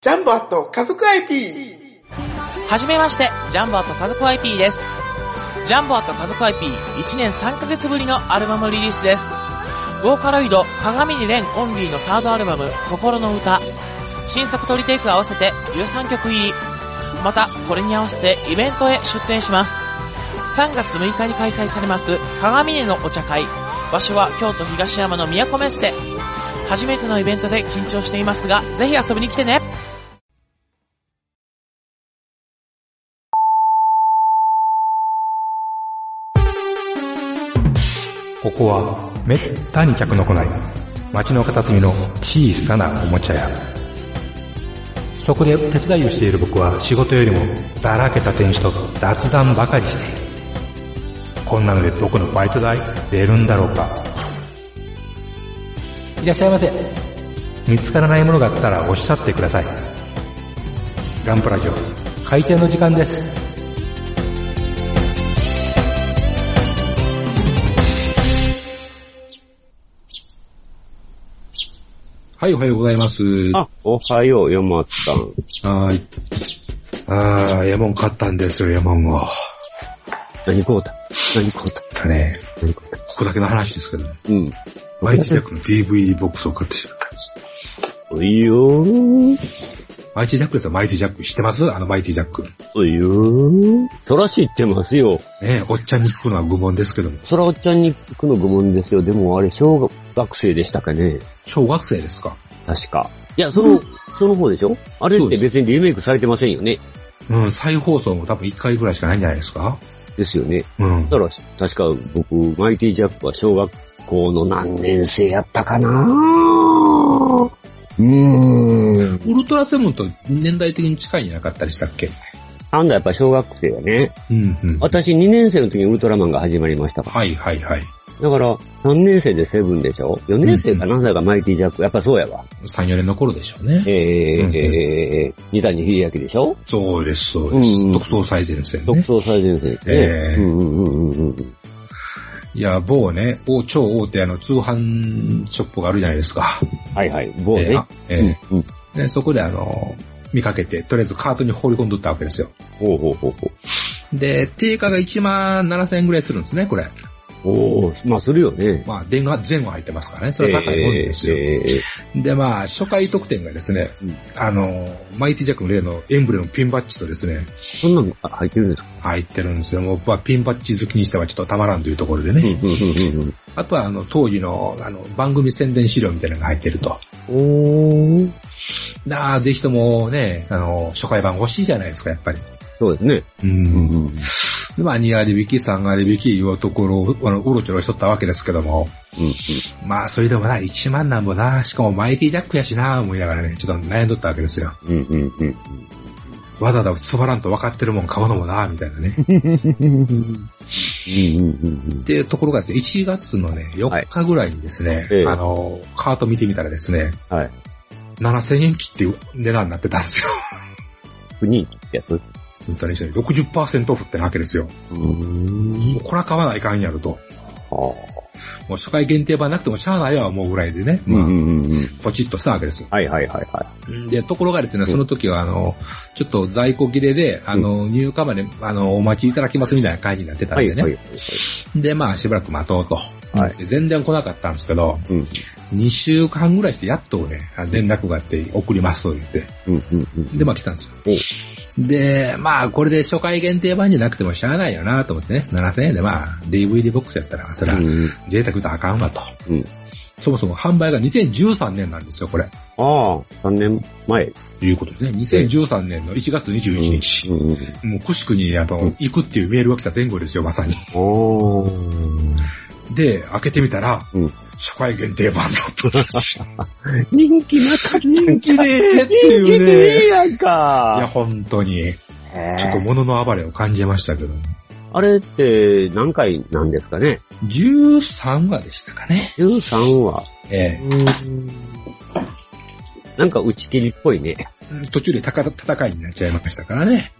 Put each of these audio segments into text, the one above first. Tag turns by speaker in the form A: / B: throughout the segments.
A: ジャンボアット家族 IP!
B: はじめまして、ジャンボアット家族 IP です。ジャンボアット家族 IP1 年3ヶ月ぶりのアルバムリリースです。ボーカロイド、鏡に蓮オンリーのサードアルバム、心の歌。新作トリテイク合わせて13曲入り。また、これに合わせてイベントへ出展します。3月6日に開催されます、鏡根のお茶会。場所は京都東山の都メッセ。初めてのイベントで緊張していますが、ぜひ遊びに来てね
C: ここはめったに客の来ない街の片隅の小さなおもちゃ屋そこで手伝いをしている僕は仕事よりもだらけた店主と雑談ばかりしているこんなので僕のバイト代出るんだろうかいらっしゃいませ見つからないものがあったらおっしゃってくださいガンプラジオ開店の時間です
D: はい、おはようございます。
E: あ、おはよう、山ちゃん。
D: はーい。
C: ああ、エモン買ったんですよ、エモンを。
E: 何こうた何こうた
C: だね、
E: 何こうた
C: ここだけの話ですけどね。
E: うん。
C: マイチジャックの DVD ボックスを買ってしまったんです。
E: おいよー。
C: マイティジャックですよ、マイティジャック。知ってますあのマイティジャック。ね
E: おいよー。そら知ってますよ。
C: え、おっちゃんに聞くのは愚問ですけども。
E: そらおっちゃんに行くの愚問ですよ。でもあれ、小学生でしたかね
C: 小学生ですか
E: 確か。いや、その、その方でしょあれ
C: そ
E: っ
C: う
E: て
C: です
E: 別にリメイクされてませんよね。
C: うん、再放送も多分1回ぐらいしかないんじゃないですか
E: ですよね。
C: うん。
E: だから、確か僕、マイティジャックは小学校の何年生やったかなうーん。
C: ウルトラセブンと年代的に近いんじゃなかったでしたっけ
E: あんだやっぱ小学生やね。
C: うん、うん。
E: 私2年生の時にウルトラマンが始まりましたから
C: はいはいはい。
E: だから、3年生でセブンでしょ ?4 年生か何歳かマイティジャック。やっぱそうやわ。
C: 3、4年の頃でしょうね。
E: えー、
C: うん
E: えー、二谷秀明でしょ
C: そうです、そうです
E: うんう。ん
C: 特捜最前線
E: 独
C: ね。
E: 創最前線ですね。
C: えー
E: うんうんうんうん。
C: いや、某ね、お超大手あの通販ショップがあるじゃないですか。
E: はいはい。某
C: えー
E: ね
C: あ。え
E: うんうん
C: ーでそこであの、見かけて、とりあえずカートに放り込んどったわけですよ。
E: ほうほうほうほう。
C: で、定価が1万7000円ぐらいするんですね、これ。
E: おー、まあするよね。
C: まあ、電話、前後入ってますからね。それは高いもんですよ。
E: えーえ
C: で、まあ、初回特典がですね、
E: うん
C: あの、マイティジャックの例のエンブレムピンバッジとですね、
E: ーそんなんあ入ってるんですか
C: 入ってるんですよ。もう、まあ、ピンバッジ好きにしてはちょっとたまらんというところでね。
E: うんうん
C: あとは、あの、当時の、あの、番組宣伝資料みたいなのが入ってると。
E: うん。おー、
C: なあ、ぜひともね、あの、初回版欲しいじゃないですか、やっぱり。
E: そうですね。
C: う。
E: うんんうん。
C: で、まあ、2割引き、3割引きいうところを、あの、うろちょろしとったわけですけども。
E: うん
C: まあ、それでもな、1万なんぼな、しかもマイティジャックやしな、思いながらね、ちょっと悩んどったわけですよ。
E: うんうんうん
C: わざわざつばらんと分かってるもん買うのもな、みたい なね。っ
E: うん。うんうんうん。
C: ていうところがですね、1月のね、4日ぐらいにですね、
E: ええ
C: あの、カート見てみたらですね、
E: はい。
C: 7000円切っていう値段になってたんですよ。
E: 不人気ってやつう
C: 本当に一緒に60%オフってなわけですよ。
E: ーん。
C: もうこれは買わないかんやろと。
E: は
C: もう初回限定版なくてもしゃあないわ、もうぐらいでね。
E: ーうん
C: まあ
E: うんうん。
C: ポチッとしたわけですよ。
E: はいはいはいはい。
C: で、ところがですね、その時は、あの、ちょっと在庫切れで、あの、入荷まで、あの、お待ちいただきますみたいな感じになってたん
E: はい
C: で
E: はいはい
C: ね。
E: はい。
C: で、まあ、しばらく待とうと。
E: はい
C: で全然来なかったんですけど、
E: うん
C: 2週間ぐらいしてやっとね、あ連絡があって送りますと言って、
E: うんうんうん。
C: で、まあ来たんですよ。で、まあこれで初回限定版じゃなくてもしゃあないよなと思ってね、7000円でまあ DVD ボックスやったら、それは
E: うん
C: 贅沢とあかんわと。
E: うん
C: そもそも販売が2013年なんですよ、これ。
E: ああ、3年前。
C: ということでね、2013年の1月21日。
E: うんうん。
C: もうくしくに、あ
E: う
C: の
E: ん、
C: 行くっていうメールが来た前後ですよ、まさに。
E: お
C: で、開けてみたら、
E: うん
C: 初回限定版だったんですよ
E: 人気なかった。人気ねえって
C: いうね
E: 人気ねえやん
C: いや、
E: か。
C: 本当に。ちょっと
E: へえ
C: 物の暴れを感じましたけど。
E: あれって何回なんですかね
C: 13話でしたかね。
E: ?13 話。
C: え
E: なんか打ち切りっぽいね。
C: え。途中でたか戦いになっちゃいましたからね。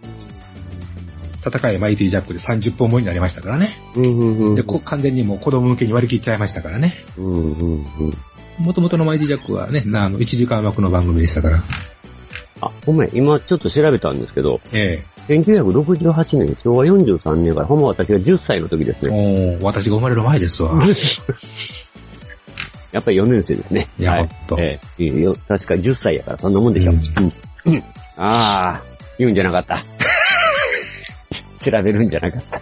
C: 戦いマイティジャックで30本もになりましたからね。
E: うんうん
C: で、こ完全にもう子供向けに割り切っちゃいましたからね。
E: うんうんうん。
C: もともとのマイティジャックはね、なあの、1時間枠の番組でしたから。
E: あ、ごめん、今ちょっと調べたんですけど、
C: え
E: 1968年、昭和43年から、ほんま私が10歳の時です
C: え。
E: ね。
C: おー私が生まれる前ですわ。
E: やっぱり4年生ですね。
C: やっと。
E: ええいいよ確か10歳やから、そんなもんでしょ。
C: う
E: うんん。うんああ、言うんじゃなか った。調べるんじゃなかった。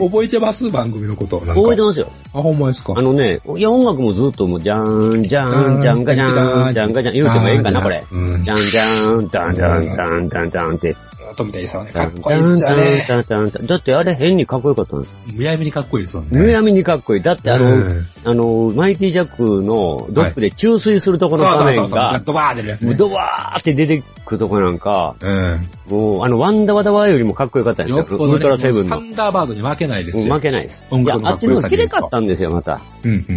C: 覚えてます番組のこと。なんか
E: 覚えてますよ。
C: あ、ほんまですか
E: あ。のね、いや、音楽もずっともう、じゃーん、じゃーん、じゃんかじゃーん、じゃんかじゃん、言うてもええんかな、これ。
C: うん。
E: じ
C: じゃ
E: ゃんじゃーん、じゃんじゃん、じゃんじゃん、じゃんって。
C: ん、富田勲さんね。
E: じゃ
C: か
E: ん
C: っ
E: じ
C: こいい
E: ゃ
C: っ
E: ん、
C: す
E: じ
C: よ
E: ゃん
C: ね
E: じ。ゃんじゃんじゃん。だってあれ変にかっこよかったんです。
C: むやみにかっこいいですよね。
E: むやみにかっこいい。だってあ
C: う
E: の、
C: ん
E: あの、マイティジャックのドップで注水するとこ
C: そう
E: ろの
C: そうそ
E: 場
C: う
E: 面
C: そう。
E: が、
C: ドバー出るやつ
E: もう
C: ね。
E: ドワーって出てくるとこなんか、
C: うん。
E: もう、あの、ワンダワダワよりもかっこよかったんです
C: よっ
E: よ。
C: ぽ
E: ウ
C: ど
E: ルトラ
C: ね、
E: セブン
C: サ
E: の。
C: ンダーバードに負けないです
E: うん
C: よ。
E: 負けないです。
C: 音
E: いや
C: 楽、の
E: あ
C: か
E: っ
C: っ
E: ち
C: こよ
E: の
C: さ
E: 綺
C: で言
E: 麗
C: う
E: か
C: と
E: ったんですよ、また。
C: うん、うん、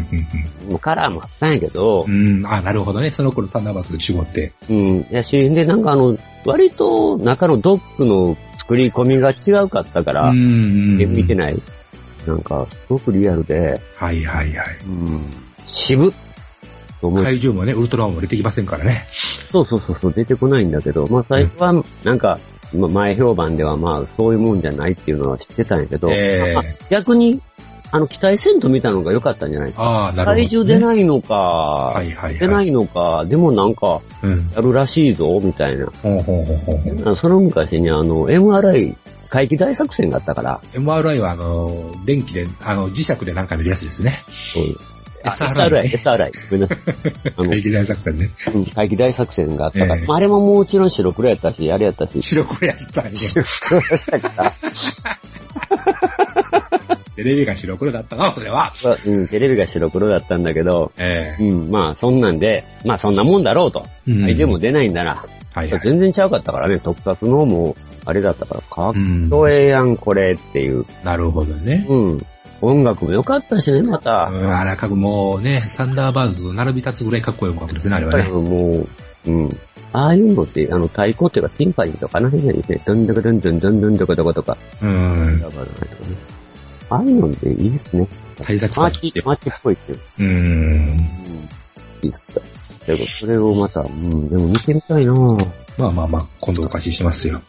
E: もうカラーもあったんやけど
C: う、ん。うん、あ、なるほどね。その頃サンダーバードと違って。
E: うん。やし、で、なんかあの、割と中のドックの作り込みが違うかったか
C: う
E: ら、
C: ん
E: で見て
C: い。
E: ない。なんか、すごくリアルで、
C: はいはいはい。
E: うん、渋っと思って、
C: 怪獣もね、ウルトラマンも出てきませんからね。
E: そうそうそうそう、出てこないんだけど、まあ最初は、なんか、まあ前評判ではまあ、そういうもんじゃないっていうのは知ってたんやけど、
C: ええ
E: まあ逆に、あの、期待せんと見たのが良かったんじゃないですか。
C: ああ、なるほど、ね。
E: 体重出
C: い。
E: ないのか、
C: はいはい、はい。
E: 出ないのか、でもなんか、
C: うん。
E: やるらしいぞ、みたいな。
C: ほうほうほうほうほう。
E: その昔にあの、MRI、回帰大作戦があったから、
C: MRI はあの、電気で、あの、磁石でなんか見るやつですね。
E: うんあ
C: SRI
E: SRI、SRI、ごめんなさい。あの
C: 電気大作戦ね。
E: うん回帰大作戦があったから、
C: ええ
E: まああれももちろん白黒やったし、あれやったし、
C: 白黒やったんや。テレビが白黒だったな、それは。
E: まあうん、テレビが白黒だったんだけど、
C: ええ
E: うん、まあそんなんで、まあそんなもんだろうと。
C: うん
E: 体重も出ないんだな。
C: はいはい。
E: 全然ちゃうかったからね、特撮のもう、あれだったから、かっ
C: うん
E: こええやん、これっていう。
C: なるほどね。
E: うん。音楽も良かったしね、また。
C: うん、あら、かくもうね、サンダーバードと並び立つぐらいかっこよかったですね、あれはね。
E: もう、うん。ああいうのって、あの、太鼓っていうか、ティンパニーとか、あの辺がいいですね。どんどこどんどんどんどんどこどことか。
C: うん。
E: だからねああいうのっていいですね。
C: 対策
E: マ
C: さ
E: ーチ、マーチっぽいっていう。
C: うん。
E: うん。いいっすよ。でも、それをまた、うん、でも見てみたいなぁ。
C: まあまあまあ、今度お貸ししますよ。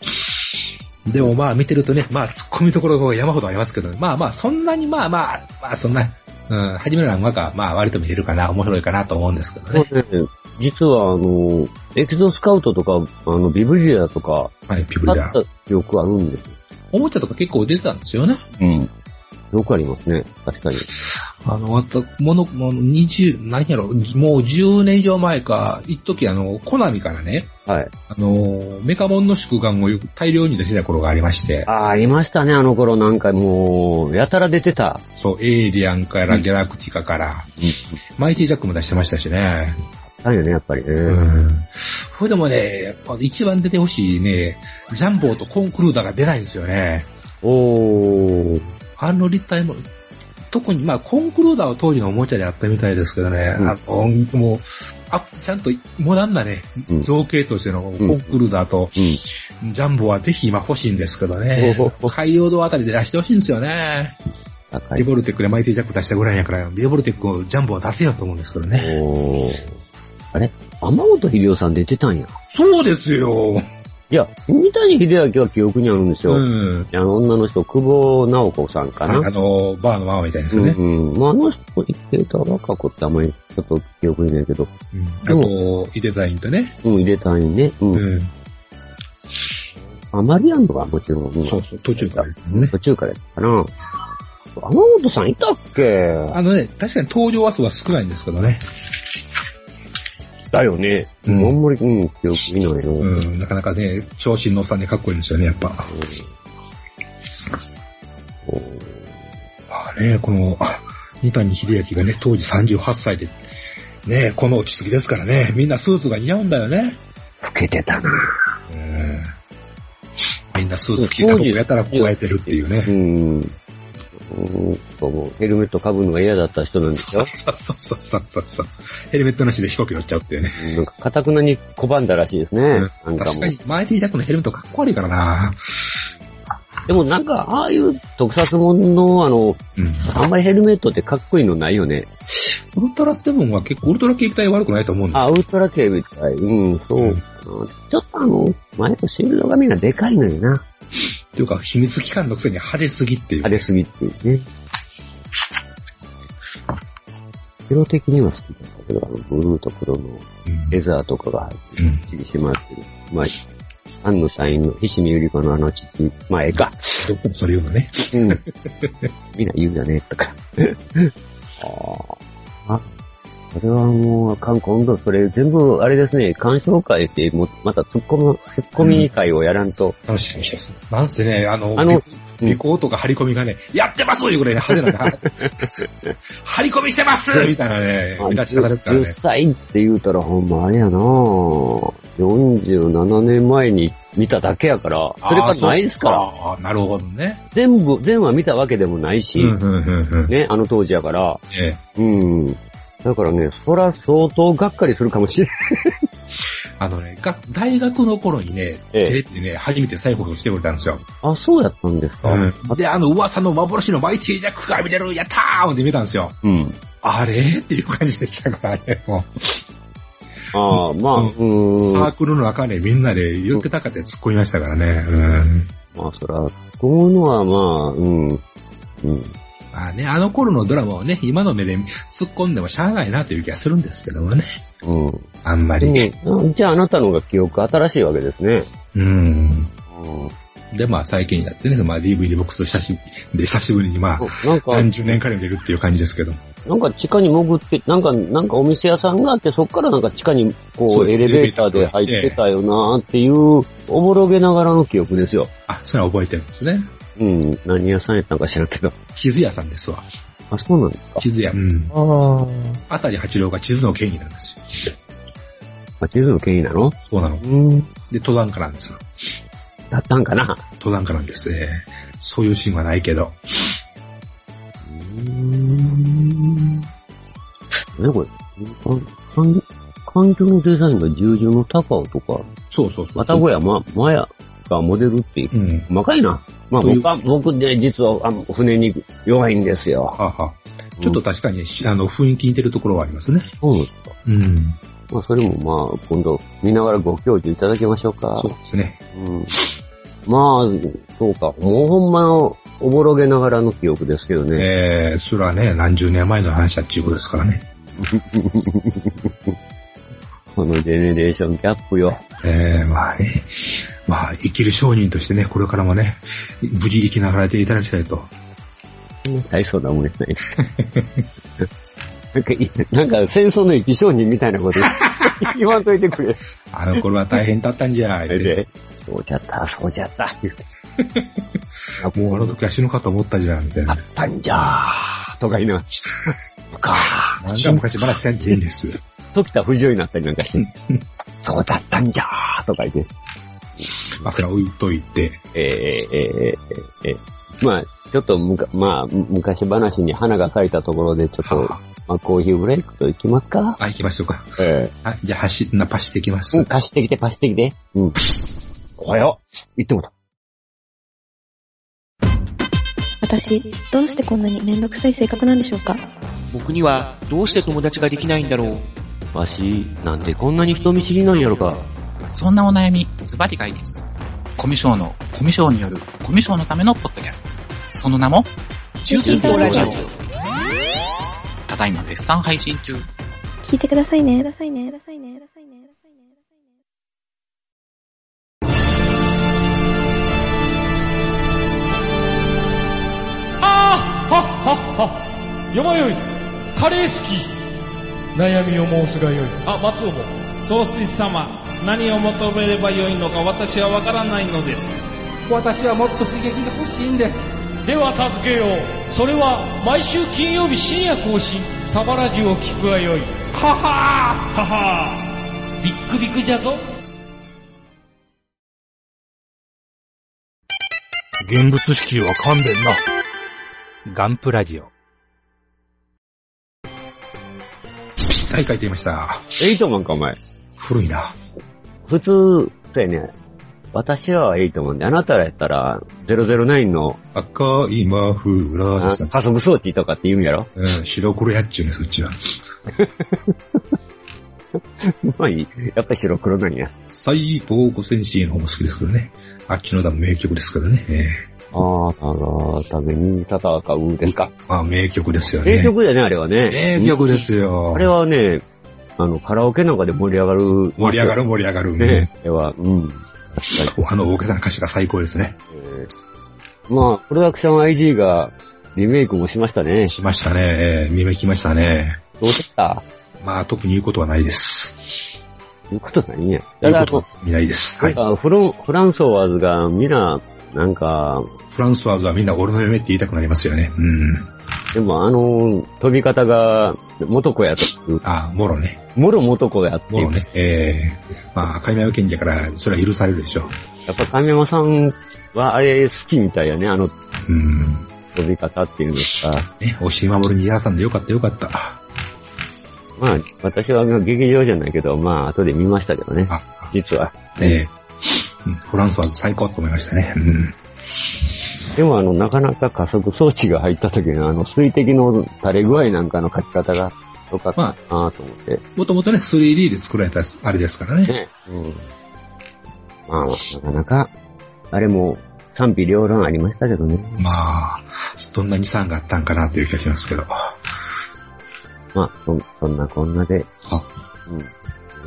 C: でもまあ見てるとね、まあ突っ込みどころが山ほどありますけど、まあまあそんなにまあまあ、まあそんな、うん、初めの何話か、まあ割と見れるかな、面白いかなと思うんですけど
E: そう
C: ね。
E: ね、実はあの、エクゾスカウトとか、あの、ビブリアとか、
C: はい、ピブ
E: あ
C: リ
E: っ
C: だ。
E: た記憶あるんですよ。
C: おもちゃとか結構出てたんですよね。
E: うん。よくありますね。確かに。
C: あの、あと、もの、もの、20、何やろ、もう10年以上前か、一時あの、コナミからね、
E: はい。
C: あの、メカモンの祝願をよく大量に出してた頃がありまして、
E: ああ、ありましたね、あの頃。なんかもう、やたら出てた。
C: そう、エイリアンからギャラクティカから、マイティジャックも出してましたしね。
E: だよね、やっぱりね。
C: うんこれでもね、やっぱ一番出てほしいね、ジャンボーとコンクルーダーが出ないんですよね。
E: おー。
C: あの立体も、特にまあコンクルーダーは当時のおもちゃであったみたいですけどね、
E: うん
C: あのもうあ、ちゃんとモダンなね
E: う、ん
C: 造形としてのコンクルーダーと
E: うん。
C: ジャンボーはぜひ今欲しいんですけどね、海洋堂あたりで出してほしいんですよね。
E: 高
C: ビ
E: い。
C: ボルテックでマイティジャック出したぐらいやから、ビボルテックをジャンボーは出せようと思うんですけどね。
E: おー。あれ天本秀夫さん出てたんや。
C: そうですよ。
E: いや、三谷秀明は記憶にあるんですよ。
C: うん。
E: あの女の人、久保直子さんか
C: あ
E: な。
C: の、バーのママみたいです
E: う
C: よ
E: ん
C: ね。
E: うん。まあ、あの人、生きてると若子ってあんまり、ちょっと記憶にないけど、
C: あと、イデザインとね。
E: うん、入れたいね。うん。
C: うん。
E: アマリアンドはもちろん、うん
C: そうそう、途中からですね。
E: 途中からやったかな。天本さんいたっけ
C: あのね、確かに登場話数は少ないんですけどね。
E: だよね。
C: う
E: うんん、あんまり、うん、記憶にないよ。
C: うん、なかなかね、長身のおっさんでかっこいいんですよね、やっぱ。
E: おー
C: まあね、この、あ三谷秀明がね、当時38歳で、ね、この落ち着きですからね、みんなスーツが似合うんだよね。
E: 老けてたな。
C: うん。みんなスーツ着てたとこやったらこうやってるっていう
E: う
C: ね。
E: ん。うん、そうヘルメット被るのが嫌だった人なんでしょ
C: そうそうそうそうそう。ヘルメットなしで飛行機乗っちゃうっていうね。
E: なんか、かたくなに拒んだらしいですね。なんか
C: 確
E: も
C: か
E: う。
C: に、マイティジャックのヘルメットかっこ悪いからな
E: でもなんか、ああいう特撮ものの、あの、
C: うん。
E: あんまりヘルメットってかっこいいのないよね。
C: ウルトラセブンは結構ウルトラ警備隊悪くないと思うんです
E: あ、ウルトラ警備隊。うん、そううんちょっとあの、前のシールドがみんなでかいのよな。
C: というか、秘密機関のくせに派手すぎっていう。
E: 派手すぎっていうね。色的には好きだったけど、あの、ブルーと黒の
C: うん
E: レザーとかが入ってる
C: うん、
E: きっちりしまってる。まあ、アンのサインの、菱見ゆり子のあの父、まあ、ええか。
C: どこもそれ言うのね。
E: うん。みんな言うよね、とか。ああ。あ、それはもう、かん今度それ全部、あれですね、鑑賞会って、もうまた突っ込む、突っ込み会をやらんと、
C: 楽しみにしてます。なんせね、あの、
E: あの
C: 尾尾行とか張り込みがね、やってますいうぐらい派手 なんだ。張り込みしてますみたいなね、目立ち方ですから
E: 10
C: ね。
E: 歳って言うたらほんまあれやなぁ。47年前に見ただけやから、それ
C: あ
E: が
C: ー
E: ないですから、
C: ああ、なるほどね。
E: 全部、全話見たわけでもないし、
C: うん、うん、うん、うん。
E: ね、あの当時やから、
C: え
E: うん。だからね、そら相当がっかりするかもしれない。
C: えあのね、が大学の頃にね、
E: ええ
C: テレビでね、初めて再放送してくれたんですよ。
E: あ、そうやったんですか。
C: で、あの噂の幻のマイティジャックが見れる、やったーって見たんですよ。
E: うん。
C: あれっていう感じでしたからね、もう。
E: ああ、まあ、う
C: うん
E: ん。
C: サ
E: ま
C: ークルの中でみんなで言ってたかって突っ込みましたからね。うん。
E: あ、そら、こういうのはまあ、うん。うん。
C: まあね、あの頃のドラマをね、今の目で突っ込んでもしゃあないなという気がするんですけどもね。
E: うん。
C: あんま
E: で
C: り。
E: もあじゃああなたの方が記憶新しいわけですね。
C: うん。
E: うん。
C: で、まあ最近やってね、まあ DVD ボックスを久しぶりで、久しぶりにまあ、
E: なんか、
C: 何十年かに出るっていう感じですけど。
E: なんか地下に潜って、なんか、なんかお店屋さんがあって、そっからなんか地下に、こ、
C: そうう
E: エレベーターで入ってたよなっていう、おぼろげながらの記憶ですよ。
C: あ、それは覚えてるんですね。
E: うん。何屋さんやったんか知らんけど。
C: 地図屋さんですわ。
E: あ、そうなんですか。
C: 地図屋。うん。
B: あ
C: あたり八郎が地図の権威なんですよ。
E: あ、地図の権威なの
C: そうなの。
E: うん。
C: で、登山家なんですよ。
E: だったんかな
C: 登山家なんですね。そういうシーンはないけど。
E: ね、これ。かん環境のデザインが従順の高尾とか、
C: そうそうそう。
E: またごやま、まやがモデルって、
C: うん。
E: 細かいな。まあ
C: という
E: 僕は、僕ね、実はあの船に弱いんですよ。
C: はあはあちょっと確かに、あの、雰囲気似てるところはありますね。
E: うん、そうですか。
C: うん。
E: まあそれもまあ、今度見ながらご教授いただきましょうか。
C: そうですね。
E: うん、まあ、そうか。もうほんまの、おぼろげながらの記憶ですけどね。
C: えー、それはね、何十年前の話だっていうことですからね。
E: このジェネレーションギャップよ。
C: えー、まあね。まあ、生きる商人としてね、これからもね、無事生きながらでいただきたいと。
E: 大層なもんじゃない。なんかい、なんか戦争の生き証人みたいなこと 言わんといてくれ。
C: あ の頃は大変だったんじゃ、言って。
E: そうじゃった、そうじゃった。
C: もうあの時は死ぬかと思ったじゃん、みたい
E: あ
C: な
E: っ。 たんじゃー、とか言いながら。か
C: 何回も昔話せんていいんです。
E: ー。時田不二夫になったりなんかして。そうだったんじゃー、とか言って。
C: まあ、それは置いといて。
E: えー、えー、えー、えー。まあ、ちょっとむか、まあ、む昔話に花が咲いたところで、ちょっと、
C: は
E: まあ、コーヒーブレイクといきますか
C: あ、行きましょうか。
E: ええ
C: はい、じゃあ、走、な、パしてきます。
E: うん、貸してきて、貸してきて。うん。おはよう。言ってもた。
F: 私、どうしてこんなにめんどくさい性格なんでしょうか
D: 僕にはどうして友達ができないんだろう
E: わし、なんでこんなに人見知りなんやろか。
G: そんなお悩み、ズバリ解決。コミュ障の、コミュ障による、コミュ障のためのポッドキャスト。その名も、
F: 中近東ラジオ
G: ただいま絶賛配信中。
F: 聞いてくださいね。くださいね。くださいね。くださいね。
H: あーはっはっは山よいカレー好き悩みを申すがよいあ松尾も総帥様何を求めればよいのか私はわからないのです私はもっと刺激が欲しいんですでは助けようそれは毎週金曜日深夜更新サバラジを聞くがよいははーははービックビックじゃぞ
I: 現物支給は勘弁な。ガンプラジオ。
C: はい、書いてみました。
E: エイトマンか、お前。
C: 古いな。
E: 普通、そうやね。私らはエイトマンで、あなたらやったら、009の、
C: 赤いマフラーで
E: あ
C: すか。
E: 加速装置とかって言うんやろ
C: うん、白黒やっちゅうね、そっちは。
E: まあいい。やっぱり白黒なんや。
C: 最東五戦士の方も好きですけどね。あっちの段名曲ですけどね。え
E: ああ、ただ、たぶん、戦うですか。
C: えまあ名曲ですよね。
E: 名曲だね、あれはね。
C: 名曲ですよ。
E: あれはね、あの、カラオケなんかで盛り上がる。
C: 盛り上がる盛り上がる。
E: ね。あれは、うん。確かに。
C: あの大げさな歌詞が最高ですね。
E: えーまあ、プロダクション IG がリメイクもしましたね。
C: しましたね。ええ見まきましたね。
E: どうでした
C: まあ特に言うことはないです。
E: 言うことないんや。
C: 言
E: た
C: うこ
E: だ、あ
C: とは
E: の
C: 見ないです。はい。
E: あフロン、フランソワーズが皆、なんか、
C: フランスワーズはみんな俺の夢って言いたくなりますよね。うん。
E: でもあの、飛び方が、元子やという、
C: あ、もろね。
E: もろ元子やって
C: も
E: い
C: ろ
E: う。
C: ね。ええまあ、解明は権利だから、それは許されるでしょう。
E: やっぱ神山さんはあれ好きみたいやね、あの
C: うん。
E: 飛び方っていうのが。
C: ね、押し守りにやらさんでよかったよかった。
E: まあ、私は劇場じゃないけど、まあ、後で見ましたけどね、
C: あ、
E: 実は。
C: ええうんフランスワーズ最高と思いましたね。うん。
E: でもあの、なかなか加速装置が入った時のあの、水滴の垂れ具合なんかの書き方が良かったなと思って。
C: もともとね、3D で作られた、あれですからね。
E: ね。うん。まあ、なかなか、あれも賛否両論ありましたけどね。
C: まあ、どんなに3があったんかなという気がしますけど。
E: まあ、そそんなこんなで、
C: あ
E: うん。い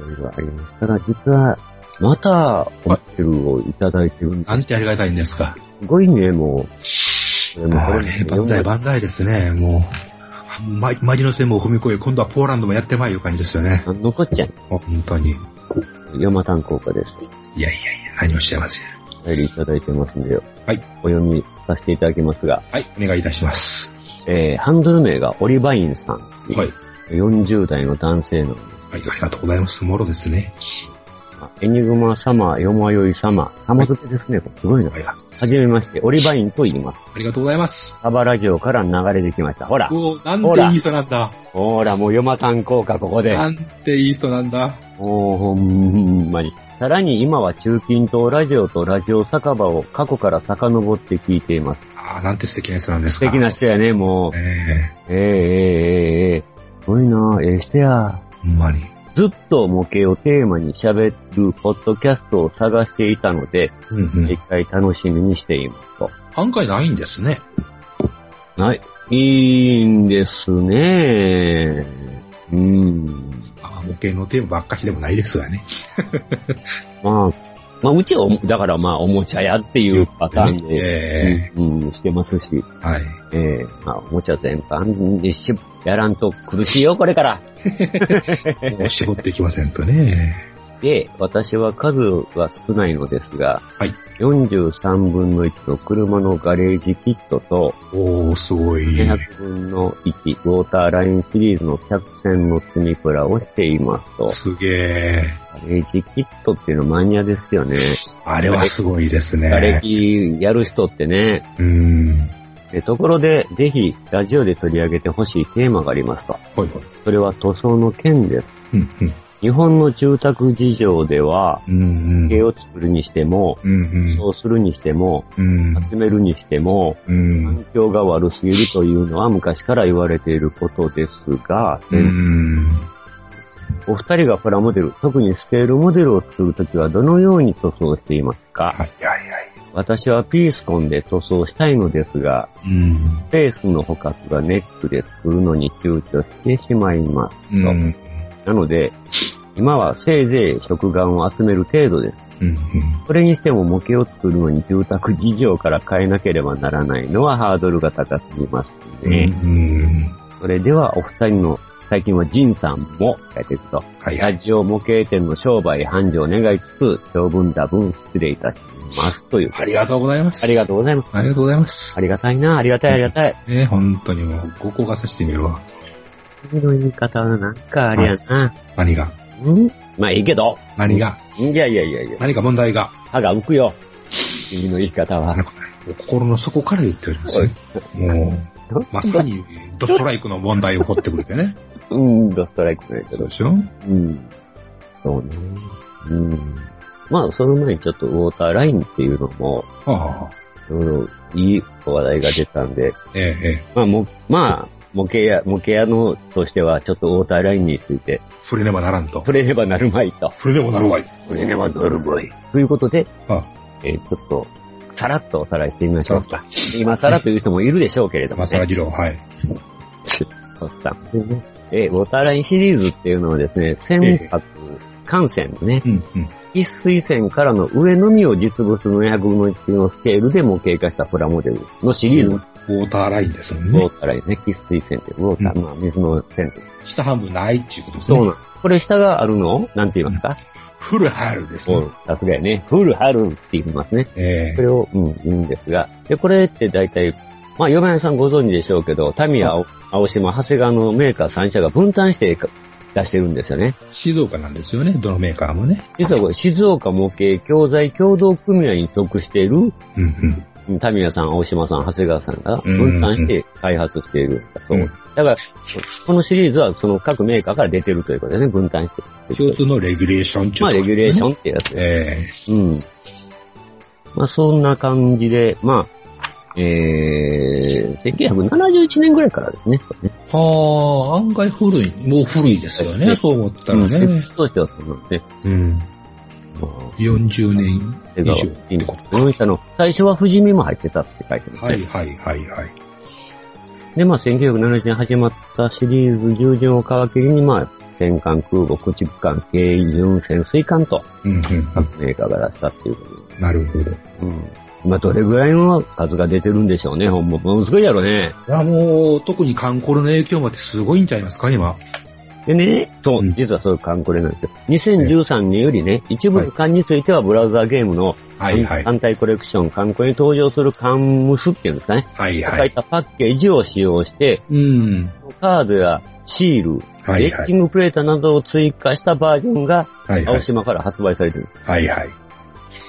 E: ろいろありましたが、実は、また、おマッチルをいただいてるんです。
C: なんてありがたいんですか。
E: すごいね、もう。でも
C: あれ、万歳万歳ですね、もう。ま、マジの線も踏み越え、今度はポーランドもやってまいいう感じですよね。
E: 残っちゃう。
C: 本当に。
E: ヤマタン効果です。
C: いやいやいや、何をしてません。
E: お便りいただいてますんでよ。
C: はい
E: お読みさせていただきますが、
C: はい、お願いいたします。
E: えー、ハンドル名がオリバインさん。
C: はい。
E: 40代の男性の、
C: はい、ありがとうございます。もろですね。
E: あエニグマ様、よまよい様、様付けですね。これすごいな。
C: はい、あ
E: はじめまして、オリバインと言います。
C: りがとうございます。
E: サバラジオから流れてきました。ほら、
C: おー、
E: ほ
C: なん
E: ら
C: ていい人なんだ。
E: ほら、もうヨマタン効果ここで。
C: なんていい人なんだ。
E: もうほんまに。さらに今は中近東ラジオとラジオ酒場を過去から遡って聞いています。
C: ああ、なんて素敵な人なんです
E: 素
C: か。
E: 敵な。人やね、もう。
C: ええ
E: ええええええすごいなええ人や。
C: ほんまに。
E: ずっと模型をテーマに喋るポッドキャストを探していたので、
C: うんうん。
E: 一回楽しみにしていますと。
C: 案外ないんですね。
E: はい。いいんですね。うん。
C: ああ、模型のテーマばっかしでもないですわね。
E: まあ、まあ、うちはお、だからまあ、おもちゃ屋っていうパターン
C: え
E: で、うん、うんしてますし
C: え、はい。
E: ええまあ、おもちゃ全般でし、やらんと苦しいよ、これから。
C: もう絞っていきませんとね。
E: で、私は数は少ないのですが、
C: はい
E: 43分の1の車のガレージキットと、
C: おー、すごい。
E: 200分の1、ウォーターラインシリーズの客船の積み比べをしていますと、
C: すげえ。
E: ガレージキットっていうのマニアですよね。
C: あれはすごいです
E: ガレ
C: ね。
E: キやる人ってね。
C: うん。
E: でところで、ぜひ、ラジオで取り上げてほしいテーマがありますと。
C: ほいほい。
E: それは塗装の件です。
C: うん、
E: 日本の住宅事情では、
C: うん。うん、う
E: 家
C: ん。
E: を作るにしても、
C: うん、
E: そうするにしても、
C: うん。
E: 集めるにしても、
C: うん。
E: 環境が悪すぎるというのは昔から言われていることですが、
C: うん。
E: お二人がプラモデル、特にスケールモデルを作るときはどのように塗装していますか、
C: はいはいはい。
E: 私はピースコンで塗装したいのですが、
C: うん。
E: スペースの捕獲がネックで作るのに躊躇してしまいます。
C: うん。
E: なので、今はせいぜい食玩を集める程度です。
C: うん。
E: それにしても模型を作るのに住宅事情から変えなければならないのはハードルが高すぎますね。
C: うん。
E: それではお二人の最近はジンさんもやっていくと、
C: はいは
E: ラ
C: い。
E: ジオ模型店の商売繁盛を願いつつ、長文多分失礼いたしますという。
C: ありがとうございます。
E: ありがとうございます。
C: ありがとうございます。
E: ありがたいな、ありがたい、ありがたい。
C: ね、本当にもう、ご高がさしてみるわ。
E: 君の言い方はなんかあれやな。
C: 何が
E: うんまあいいけど。
C: 何が
E: いやいやいやいや、
C: 何か問題が
E: 歯が浮くよ。君の言い方は。
C: 心の底から言っておりますよ。もう、まさに、ドストライクの問題を掘ってくれてね。
E: うん、ドストライクだけ
C: そう
E: ど
C: で。しょ
E: うん。そうね。うん。まあ、その前にちょっとウォーターラインっていうのも、
C: ああ。
E: いろいろいい話題が出たんで、
C: ええ、ええ。
E: まあもう、まあ、模型屋、模型屋のとしては、ちょっとウォーターラインについて、
C: 触れねばならんと。
E: 触れればなるまいと。
C: 触れねばなるまい。
E: 触れればなるまい。ということで、
C: あ
E: えーちょっと、さらっとおさらいしてみましょうか。今さらという人もいるでしょうけれども
C: ま
E: ね
C: さ。ら議論、はい。
E: トスさん。えーウォーターラインシリーズっていうのはですね、船舶、艦船のね、
C: うん、うん。
E: 一水線からの上のみを実物の100分の1のスケールで模型化したプラモデルのシリーズ、
C: ウォーターラインですもん
E: ウォ
C: ね。
E: ーターラインね、喫水線って、ウォーター、まあ水の線って。
C: 下半分ないっていうことです
E: そう
C: ね。
E: なんこれ下があるのをなんて言いますか、
C: フルハルです
E: う
C: ね。
E: ん、さすがやね。フルハルって言いますね。
C: え
E: それを、うん、言うんですが。で、これって大体、まあ、嫁さんご存知でしょうけど、タミヤ、青青島、長谷川のメーカー3社が分担して出してるんですよね。
C: え静岡なんですよね、どのメーカーもね。
E: 実はこれ、静岡模型教材協同組合に属している、
C: うん、うん。
E: タミヤさん、青島さん、長谷川さんが
C: うんうんうん
E: 分散して開発しているんだそう。
C: うん
E: だから、このシリーズはその各メーカーから出てるということでね、分担して。
C: 共通のレギュレーション中
E: まあ、レギュレーションってやつ
C: え
E: うん。まあ、そんな感じで、まあ、えー、1971年ぐらいからですね。
C: えはあ、案外古い。もう古いですよね、そう思ったら
E: うん
C: ね。
E: そうしてはそんなんで、
C: うん。40年以上ってこと
E: この人の最初は富士見も入ってたって書いてます。
C: はいはいはいはい。
E: で、まあ、1970年始まったシリーズ従順を皮切りに、まあ、戦艦、空母、駆逐艦、軽巡潜水艦と、
C: うんうん。
E: 各メーカーが出したっていうことで
C: なるほど。
E: うん。今、どれぐらいの数が出てるんでしょうね、ほんま。ものすごいやろね。
C: いや、もう、特に観光の影響もあってすごいんちゃいますか、今。
E: でね、そうう、
C: ん
E: 実はそういう艦これなんですよ。2013年よりね、一部の艦についてはブラウザーゲームの
C: はいはい。
E: 艦隊コレクション、艦これに登場する艦ムスっていうんですかね。
C: はい
E: 書、
C: はいい。
E: たパッケージを使用して、
C: うん。
E: カードやシール、
C: は
E: エ
C: い
E: ッ
C: は
E: チ
C: い。
E: ングプレーターなどを追加したバージョンが
C: はいは
E: 青
C: い。
E: 島から発売されてる。
C: はいはい。
E: ま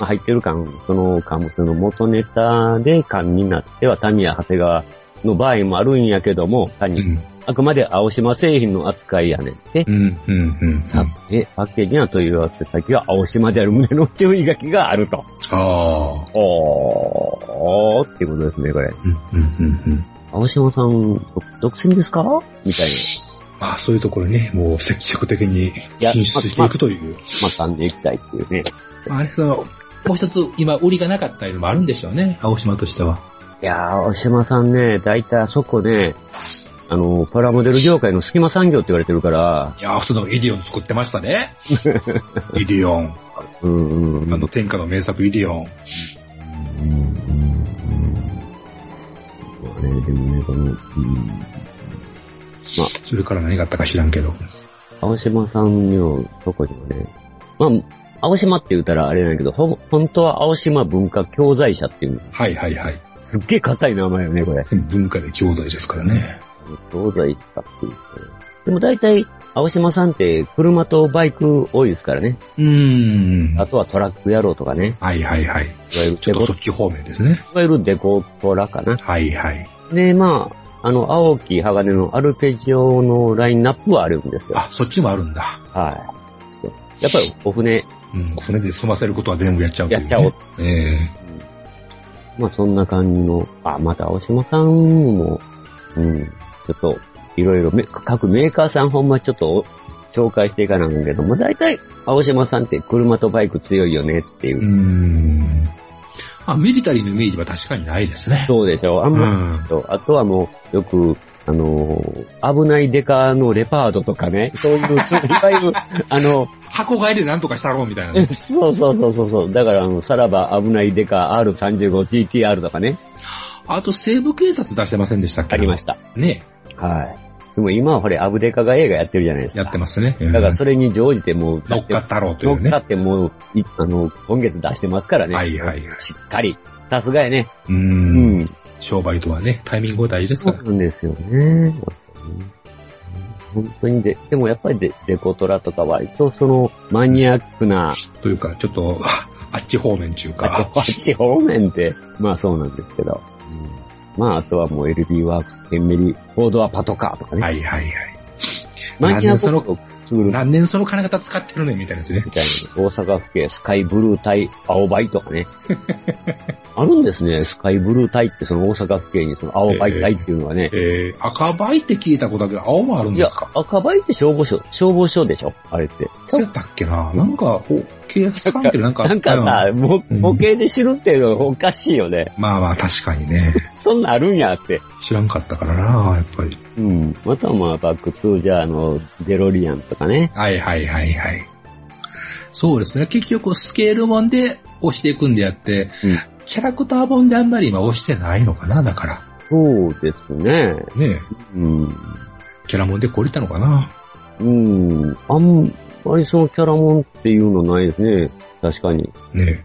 E: あ入ってる缶、その缶物の元ネタで缶になってはタミヤ、長谷川の場合もあるんやけども、他
C: う
E: に、
C: ん。
E: あくまで青島製品の扱いやねんって
C: う。んうんうん。
E: さて、パッケージには問い合わせ先は青島である胸の注意書きがあると。
C: ああ。
E: おー、っていうことですね、これ。
C: うんうんうんうん。
E: 青島さん、ど独占ですかみたいな。
C: まあ、そういうところにね、もう積極的に
E: いや
C: 進出していくという。
E: まあ、噛んでいきたいっていうね。
C: まあ、あれ、その、もう一つ、今、売りがなかったりもあるんでしょうね、青島としては。
E: いやー、青島さんね、大体あそこね、あの、パラモデル業界の隙間産業って言われてるから、
C: いやー、その、イディオン作ってました ね。イディオン。
E: うんうんうん
C: あの、天下の名作イディオン。
E: あれ、でもね、この、うん、
C: それから何があったか知らんけど。
E: 青島さんのとこにもね、まあ、青島って言ったらあれなんやけど、ほん、本当は青島文化教材社っていう、
C: はいはいはい。
E: すっげえ硬い名前よね、これ。
C: 文化で教材ですからね。
E: 教材社っていうね。でも大体、青島さんって車とバイク多いですからね。
C: うーん。
E: あとはトラック野郎とかね。
C: はいはいはい。
E: いわゆる
C: ち
E: デ
C: ょっ
E: コ、
C: と
E: い
C: そっち方面ですね。
E: わゆるデコトラかな。
C: はいはい。
E: で、まあ、あの、青木鋼のアルペジオのラインナップはあるんですよ。
C: あ、そっちもあるんだ。
E: はい。やっぱりお船、
C: うん。船で済ませることは全部やっちゃうとい
E: や
C: う
E: っ
C: ね
E: ちゃおう。
C: え。
E: まあそんな感じの、あ、また青島さんも、うん、ちょっと、いろいろめ、各メーカーさんほんまちょっとお紹介していかないんだけども、大体、青島さんって車とバイク強いよねっていうう。
C: うーん。あ、ミリタリーのイメージは確かにないですね。
E: そうでしょあん
C: う
E: ま、
C: ん。
E: とあとはもう、よく、あのー危ないデカのレパードとかね、そういう、そういわゆる、あの、
C: 箱買いでなんとかしたろうみたいなね。
E: そうそうそうそうそう。だから、あの、さらば危ないデカ R35TTR とかね、
C: あと、西部警察出してませんでしたっけ
E: ありま
C: し
E: した。
C: た。ね。
E: はい。でも今はほれ、アブデカが映画やってるじゃないですか。
C: やってますね。
E: だから
C: うん
E: それに乗じてもう、
C: 乗っかったろうとい
E: 乗
C: う
E: っ
C: ね
E: か。ってもう、いあの、今月出してますからね。
C: はいはいはい。
E: しっかり。さすがやね。
C: うー。
E: うんん。
C: 商売とはね、タイミングが大事です
E: そ
C: か
E: う
C: ら。
E: なんですよね。本当にで、でもやっぱりデデコトラとか割とそのマニアックな、
C: というか、ちょっと、 ああっち方面中
E: あ
C: か。
E: っち方面って、まあそうなんですけど。まああとはもう LB ワークス、テンメリ、フォードはパトカーとかね。
C: はいはいはい。
E: マニア
C: そ
E: ボ
C: の
E: ックス作る
C: 何年その金型使ってるねんみたいですね。
E: みたいな。大阪府警スカイブルー対青バイとかね。あるんですね。スカイブルータイって、その大阪府警にその青バイタイっていうのはね。
C: えー、赤バイって聞いたことだけど、青もあるん
E: い
C: で
E: や
C: すか、
E: 赤バイって消防署、消防署でしょあれって。
C: そうやったっけななんか、お警察官ってなんかあ
E: な
C: っ
E: ん
C: た
E: か
C: ような
E: さ、も
C: うん
E: 模型で知るっていうのがおかしいよね。
C: まあまあ、確かにね。
E: そんなんあるんやって。
C: 知らんかったからな、やっぱり。
E: うん。またまあ、バック2じゃあ、あの、デロリアンとかね。
C: はいはいはいはい。そうですね。結局、スケールもんで押していくんであって、
E: うん
C: キャラクター本であんまり今押してないのかな、だから。
E: そうですね。
C: ね
E: うん。
C: えキャラもんで懲りたのかな。
E: うん。あんまりそのキャラもんっていうのないですね。確かに。
C: ねえ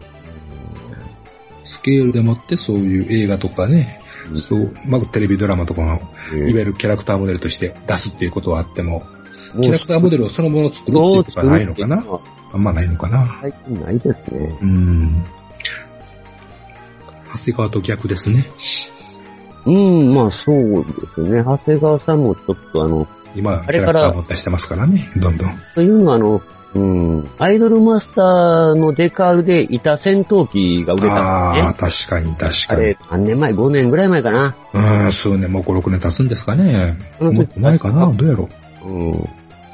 C: スケールでもってそういう映画とかね、
E: うん
C: そう、まあ、テレビドラマとかの、いわ
E: えー
C: ゆるキャラクターモデルとして出すっていうことはあっても、
E: もう
C: キャラクターモデルをそのものを作るっていうことはないのかな
E: そう
C: あんまないのかな
E: 最近ないですね。
C: うん。長谷川と逆ですね。
E: うん、まあそうですね。長谷川さんもちょっとあの、
C: 今、キ
E: れ
C: ャ
E: か
C: ラ
E: ら
C: クターも出してますからね、どんどん。
E: というのはあの、うん、アイドルマスターのデカールでいた戦闘機が売れたんです
C: ああ、
E: ね。
C: 確かに確か
E: あ
C: に
E: れ。、何年前 ?5 年ぐらい前かな。
C: うん、数年、もう5、6年経つんですかね。
E: うん
C: もっと前かなどうやろ
E: うん。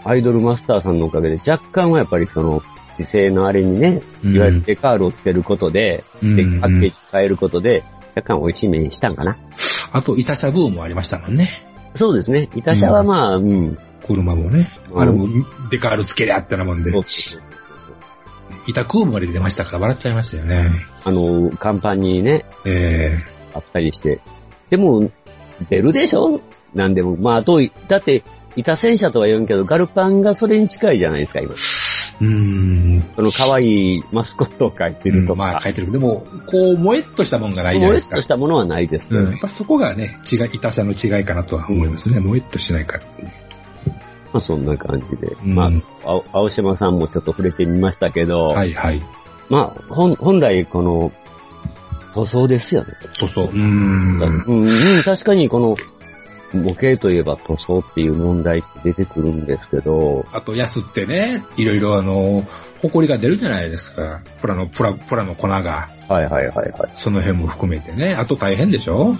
E: アイドルマスターさんのおかげで若干はやっぱりその、時勢のあれにね、
C: う。
E: いわゆるデカールをつけることで、
C: うん
E: で、
C: うん
E: パッケージ変えることで、若干美味しい目にしたんかな。
C: あと、イタシャブームもありましたもんね。
E: そうですね。イタシャはまあ、うん。
C: 車もね。
E: うん
C: あれも、デカールつけりゃってなもんで
E: そう。そうそう
C: イタクームまで出ましたから、笑っちゃいましたよね。
E: あの、甲板にね、
C: え
E: あったりして。でも、出るでしょなんでも。まあ、あと、だって、板戦車とは言うんけど、ガルパンがそれに近いじゃないですか、今。
C: えうん。
E: その可愛いマスコットを描いてるとか。
C: まあ、書いてるけど。でも、こう、もえっとしたもんがないじゃ
E: も
C: な
E: う
C: い
E: エ
C: で
E: ス
C: す
E: と
C: か
E: し。たものはないですね、
C: うん。やっぱそこがね、違い、イタシャの違いかなとは思いますね。もえっとしないかっていう。
E: まあ、そんな感じで。
C: うん
E: まあ、青青島さんもちょっと触れてみましたけど、
C: はいはい。
E: まあ、本本来、この、塗装ですよね。
C: 塗装。うーん。
E: うん、うん確かにこの、模型といえば塗装っていう問題って出てくるんですけど、
C: あと、安ってね、いろいろあの、埃が出るじゃないですか。プラの、プラ、プラの粉が、
E: はいはいはいはい。
C: その辺も含めてね。あと大変でしょ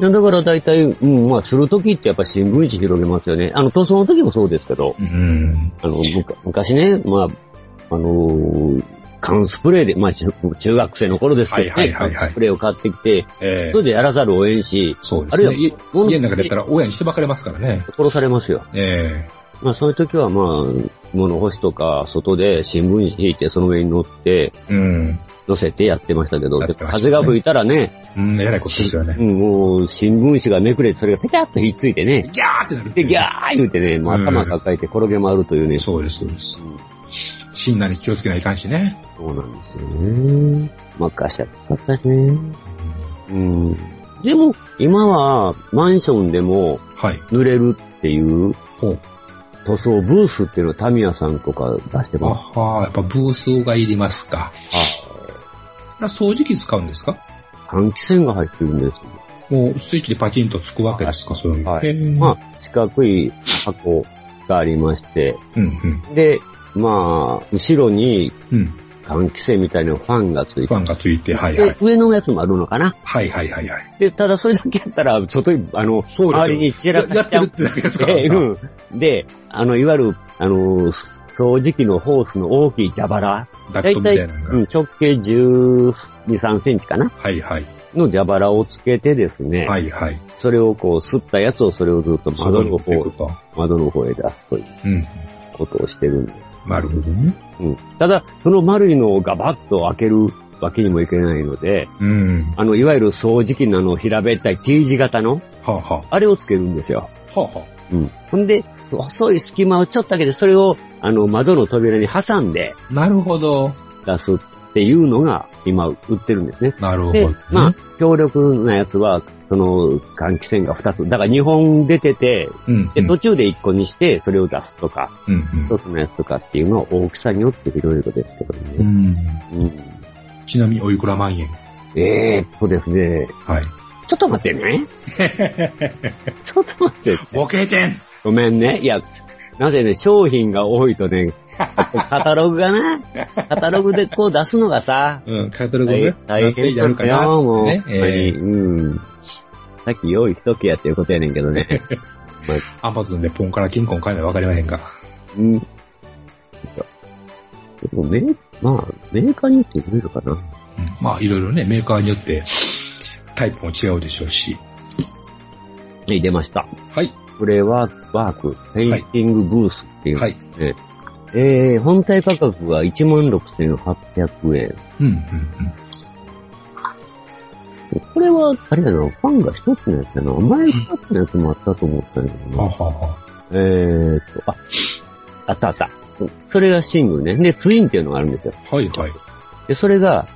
E: いや、だから大体、うん、まあ、するときってやっぱ新聞紙広げますよね。あの、塗装の時もそうですけど、
C: うん。
E: あの、むか昔ね、まあ、あのー缶スプレーで、まあ、中中学生の頃ですけどね、
C: はいはいはいはい
E: 缶スプレーを買ってきて、
C: ええ
E: それでやらざるを得んし、
C: そうです
E: あるいは
C: ね。い
E: 物
C: 家の中でやったら親にしてばかれますからね。
E: 殺されますよ。
C: え
E: まあ、そういう時はまあ、物干しとか、外で新聞紙引いて、その上に乗って、
C: えうん。
E: 乗せてやってましたけど、
C: やってましたね
E: 風が吹いたらね、
C: うん、えらいことですよ
E: う
C: ね。
E: んもう新聞紙がめくれて、それがペタッとひっついてね、
C: ギャーってなるって
E: で、
C: いう。
E: ギャー言うてね、もう頭抱えて転げ回るというね、
C: そうです、そうです。シンナーに気をつけないかんしね。
E: そうなんですよね。まあ、ガシャ使ったしね。うん。でも、今は、マンションでも
C: はい。
E: 濡れるっていう
C: ほう、
E: 塗装ブースっていうのはタミヤさんとか出して
C: あ
E: ます。
C: はーやっぱブースがいりますか。これは掃除機使うんですか
E: 換気扇が入ってるんです
C: もうスイッチでパチンとつくわけですか、そういうの。
E: はい
C: へー
E: まあ、四角い箱がありまして、
C: うん、うん、
E: で、まあ、後ろに
C: うん。
E: 換気扇みたいなファンがつい
C: フ
E: て
C: ァンがついて、はいは
E: で
C: い。、
E: 上のやつもあるのかな
C: はいはいはいはい。
E: で、ただそれだけやったら、外に、あの、
C: そうですよ
E: 周りに散らか
C: や
E: っちゃ
C: や
E: う
C: ってるってだけですか
E: で、うん。で、あの、いわゆる、あの、掃除機のホースの大きい蛇腹。
C: ダ
E: だ
C: ク
E: い
C: トみ
E: た
C: た
E: い、
C: いなの
E: う
C: が。
E: ん、直径12、3センチかな
C: はいはい。
E: の蛇腹をつけてですね、
C: はいはい。
E: それをこう、吸ったやつをそれをずっと窓の方、
C: そういうこと
E: 窓の方へ出すという
C: うん。
E: ことをしてるんです。
C: なるほどね。
E: うん。ただ、その丸いのをガバッと開けるわけにもいけないので、
C: うん。は
E: あの、いわゆる掃除機のあの、平べったい T 字型の、
C: あは
E: あれをつけるんですよ。
C: あ。はあは
E: うん。ほんで、細い隙間をちょっとだけで、それを、あの、窓の扉に挟んで
C: あ。なるほど。
E: 出すっていうのが、今、売ってるんですね。
C: なるほ
E: で
C: ど。、
E: まあ、強力なやつは、その、換気扇が2つ。だから2本出てて、
C: うん。う
E: で、
C: ん。
E: 途中で1個にして、それを出すとか、
C: うんうん
E: 1つのやつとかっていうのは大きさによっていろいろですけど
C: う
E: ね。
C: ん。
E: うん。
C: ちなみにおいくら万円
E: えーっとですね、
C: はい。
E: ちょっと待っ てね。ちょっと待って。
C: ボケ店
E: ごめんね。いや、なぜね、商品が多いとね、カタログがな、カタログでこう出すのがさ、
C: うん、カタログを
E: 大
C: ね、
E: 大
C: 何ペー
E: 変
C: ジあ
E: だ
C: る
E: った
C: かな、
E: よ、もう。
C: つってね。えー
E: うん。さっき用意しとけやっていうことやねんけど ね。
C: アマゾンでポンから金庫買えないわかりまへんか。
E: うん。でもメー、まあ、メーカーによっていろいろかな。
C: うんまあ、いろいろね、メーカーによってタイプも違うでしょうし。
E: はい、出ました。
C: はい。
E: これは、ワーク、ペインティングブースっていう、
C: はい。
E: えー、本体価格が16,800円。
C: うん、うん、うん。
E: これは、あれだな、ファンが一つのやつだな。前二つのやつもあったと思ったんだけどな。
C: はは
E: えーっと、あ、あったあった。それがシングルね。で、ツインっていうのがあるんですよ。
C: はい、はい。
E: で、それが、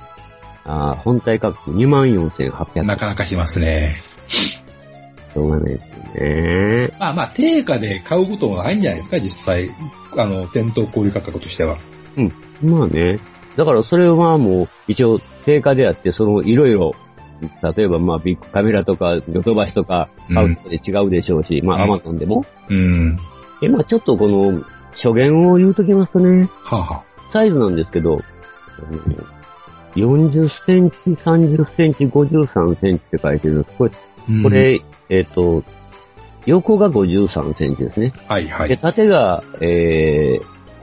E: あー本体価格24,800円。
C: なかなかしますね。
E: しょうがないですよね。
C: まあまあ、定価で買うこともないんじゃないですか、実際。あの、店頭小売価格としては。
E: まあね。だからそれはもう、一応、定価であって、その、いろいろ、例えばまあ、ビッグカメラとか、ヨドバシとか、買うとで違うでしょうし、まあ、ア
C: うん
E: マゾンでも。
C: うん。
E: え、まあちょっとこの、初言を言うときますとね、
C: はあ、は
E: サイズなんですけど、あの40センチ、30センチ、53センチって書いてるんです。これ、
C: あうん
E: こ、れえっ、と、横が53センチですね。
C: はい、は
E: で、
C: い。
E: 縦が、えー、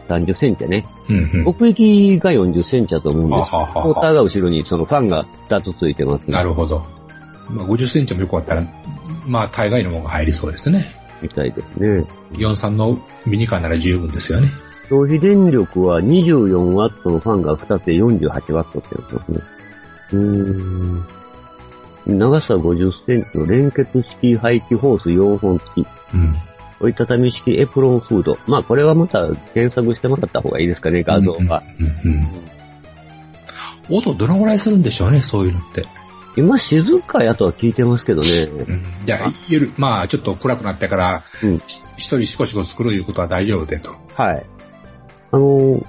E: 30センチやね。
C: うん、うん。
E: 奥行きが40センチだと思うん
C: はあ
E: です。
C: はあ
E: モー
C: は
E: タ
C: あ
E: ーが後ろにそのファンが2つついてます、ね。
C: なるほど。まあ、50センチもよくあったら、まあ、大概のものが入りそうですね。
E: みたいですね。
C: 43のミニカーなら十分ですよね。
E: 消費電力は24ワットのファンが2つで48ワットってやつですね。うーん。長さ50センチの連結式排気ホース4本付き。
C: うん。
E: 折りたたみ式エプロンフード。まあこれはまた検索してもらった方がいいですかね、画像が。
C: うん、うん。音どのぐらいするんでしょうね、そういうのって。
E: 今静かやとは聞いてますけどね。
C: じゃあ、ゆる、まあ、ちょっと暗くなってから、
E: うん
C: し一人しこしこ作るいうことは大丈夫でと。
E: はい。あの、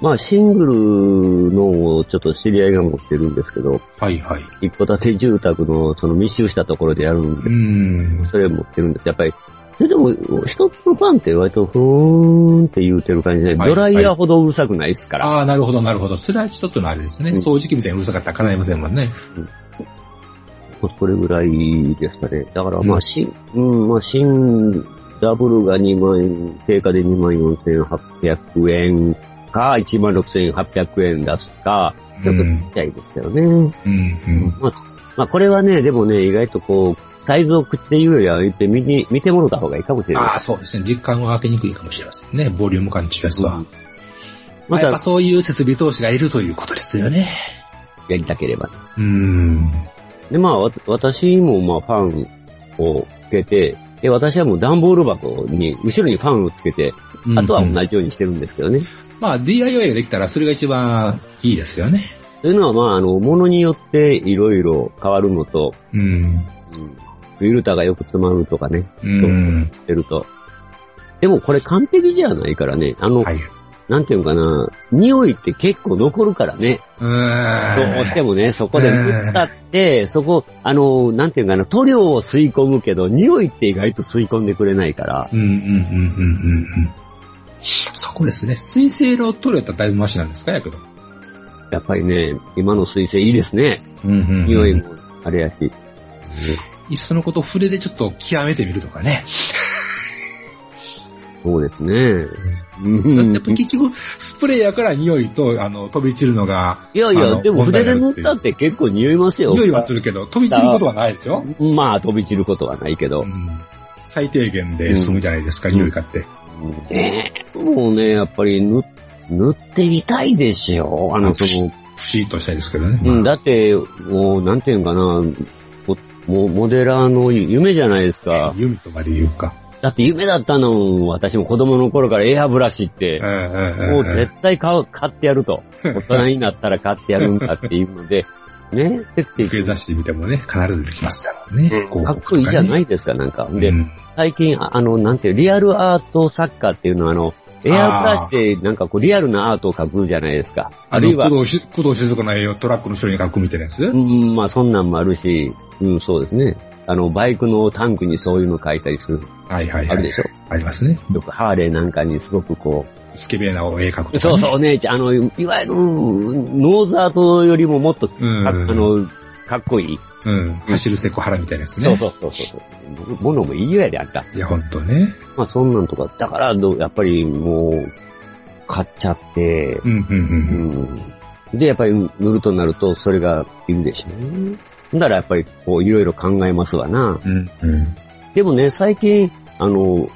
E: まあシングルのをちょっと知り合いが持ってるんですけど、
C: はいはい。
E: 一戸建て住宅のその密集したところでやるんで
C: うーん。
E: それ持ってるんです。やっぱり、それでも、一つのファンって割と、ふーんって言うてる感じで、
C: はい
E: ドライヤーほどうるさくないですから。
C: ああ、なるほど、なるほど。それは一つのあれですね。
E: うん
C: 掃除機みたいにうるさかったら叶いませんもんね。
E: それぐらいですかね。だから、
C: うん
E: まあ、新、うん、まあ、新、ダブルが2万円、定価で24,800円か、16,800円出すか、ちょっとちっちゃいですけどね。
C: うん、うん。
E: まあ、これはね、でもね、意外とこう、サイズを口で言うよりは言って見に、見てもろた方がいいかもしれ
C: あ
E: な
C: あ、そうですね。実感は分けにくいかもしれませんね。ボリューム感違うやつ
E: い。
C: は。ま
E: ま
C: あ、やっぱ
E: た、
C: そういう設備投資がいるということですよね。
E: やりたければ。
C: うーん。
E: で、まあ、わ私もまあ、ファンをつけて、で、私はもう段ボール箱に、後ろにファンをつけて、あとは
C: うん
E: 同じようにしてるんですけどね。
C: まあ、DIY ができたらそれが一番いいですよね。
E: というのは、まあ、あの、物によっていろいろ変わるのと、
C: うん。
E: うんフィルターがよく詰まるとかね、
C: うん。
E: してると。でもこれ完璧じゃないからね、あの、
C: はい。
E: なんていうのかな、匂いって結構残るからね、
C: うーん。
E: どうしてもね、そこで塗ったって、そこ、あの、なんていうのかな、塗料を吸い込むけど、匂いって意外と吸い込んでくれないから、
C: うんうんうんうんうんうん。そこですね。水性の塗料だったらだいぶマシなんですかやけど。
E: やっぱりね、今の水性いいですね。
C: うんうん、うん
E: 匂いもあれやし。
C: いっそのこと筆でちょっと極めてみるとかね。
E: そうですね。
C: やっぱ結局、スプレーやから匂いと、あの、飛び散るのが、
E: いやい
C: あ
E: や、
C: の
E: でも筆で塗った
C: 問題になる
E: ってて結構匂います
C: いう
E: よ。
C: 匂いはするけど、飛び散ることはないでしょ、
E: まあ、飛び散ることはないけど
C: う。ん最低限で済むじゃないですか、
E: うん
C: 匂いかって。
E: ねえもうね、やっぱり塗塗ってみたいですよ。あの、その、
C: 不思議としたいですけどね。
E: うん、
C: まあ
E: だって、もう、なんていうんかな、こもうモデラーの夢じゃないですか。
C: 弓とまで言うか。
E: だって夢だったの、私も子供の頃からエアブラシって、も
C: も
E: う絶対買う買ってやると。大人になったら買ってやるんだっていうので、ね、出て
C: 受け出してみてもね、必ず出てきますからね。広
E: かっ
C: 告
E: こいいじゃないいですか、なんか。
C: で
E: で、、最近、ああの、なんていう、リアルアート作家っていうのは、あの、エアブラシで、なんかこう、リアルなアートを描くじゃないですか。あ
C: あ
E: るいは
C: の、、工藤し工藤静子の絵をトラックの後ろに書くみたいなやつ、
E: うん、まあ、そんなんもあるし、うん、そうですね。あの、バイクのタンクにそういうの描いたりする。
C: はいはいはい。
E: あるでしょ。
C: ありますね。
E: よくハーレーなんかにすごくこう、
C: スケベな絵描くとかね、
E: そうそう、お姉ちゃん、あの、いわゆる、ノーザートよりももっとか、
C: うん
E: あの、かっこいい。
C: うん。走るセコハラみたいなやつね。
E: そうそうそうそう。ものもいいぐらいであった。
C: う。いや、ほんとね。
E: まあ、そんなんとか、だから、どうやっぱりもう、買っちゃって
C: う、ん、うん、うん。
E: うん。で、やっぱり塗るとなると、それがいるでしょ。だからやっぱり、こう、いろいろ考えますわな。
C: うん、うん。
E: でもね、最近、あの、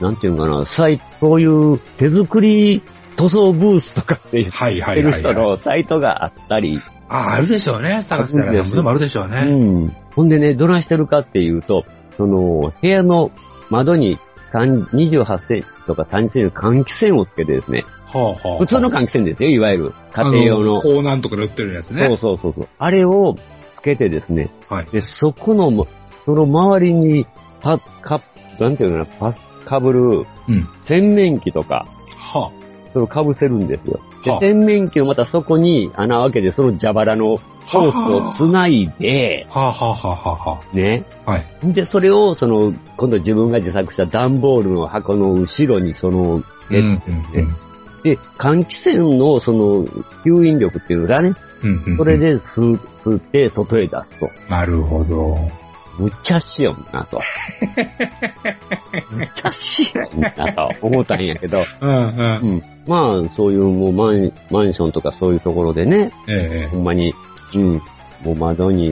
E: なんていうんかな、サイそういう手作り塗装ブースとかって言っ
C: はい、はい、
E: てる
C: はい
E: 人
C: はい。
E: のサイトがあったり、
C: あ、あるでしょうね。探した
E: あ
C: ら
E: るん
C: 何
E: です
C: ぼでもあるでしょうね。
E: うん。ほんでね、どないしてるかっていうと、その、部屋の窓に単28センチとか単線の換気扇をつけてですね、
C: はあ、はあ。
E: 普通の換気扇ですよ、いわゆる。家庭用の。
C: 高難とかで売ってるやつね。
E: そうそうそうそう。あれをつけてですね、
C: はい
E: で、そこのも、その周りに、パか、なんていうのかな、パス、かぶる
C: うん、
E: 洗面器とか、
C: は
E: それをかぶせるんですよ。
C: は
E: で
C: あ、
E: 洗面器のまたそこに穴を開けて、その蛇腹のホースを繋いで、
C: あ、はあ、はあ、はあ、は
E: ね。
C: あ。はい。
E: で、それを、その、今度自分が自作した段ボールの箱の後ろに、その、
C: うん、うん、うん。
E: で、換気扇の、その、吸引力っていうのがね、
C: うん、うん。
E: それ。で吸う吸って、外へ出すと。
C: なるほど。
E: むっちゃしよん なと。むっちゃしよんなと思ったんやけど、
C: うん、うん。
E: まあ、そういうもうマンマンションとかそういうところでね、
C: ええ
E: ほんまに、うん、もう窓に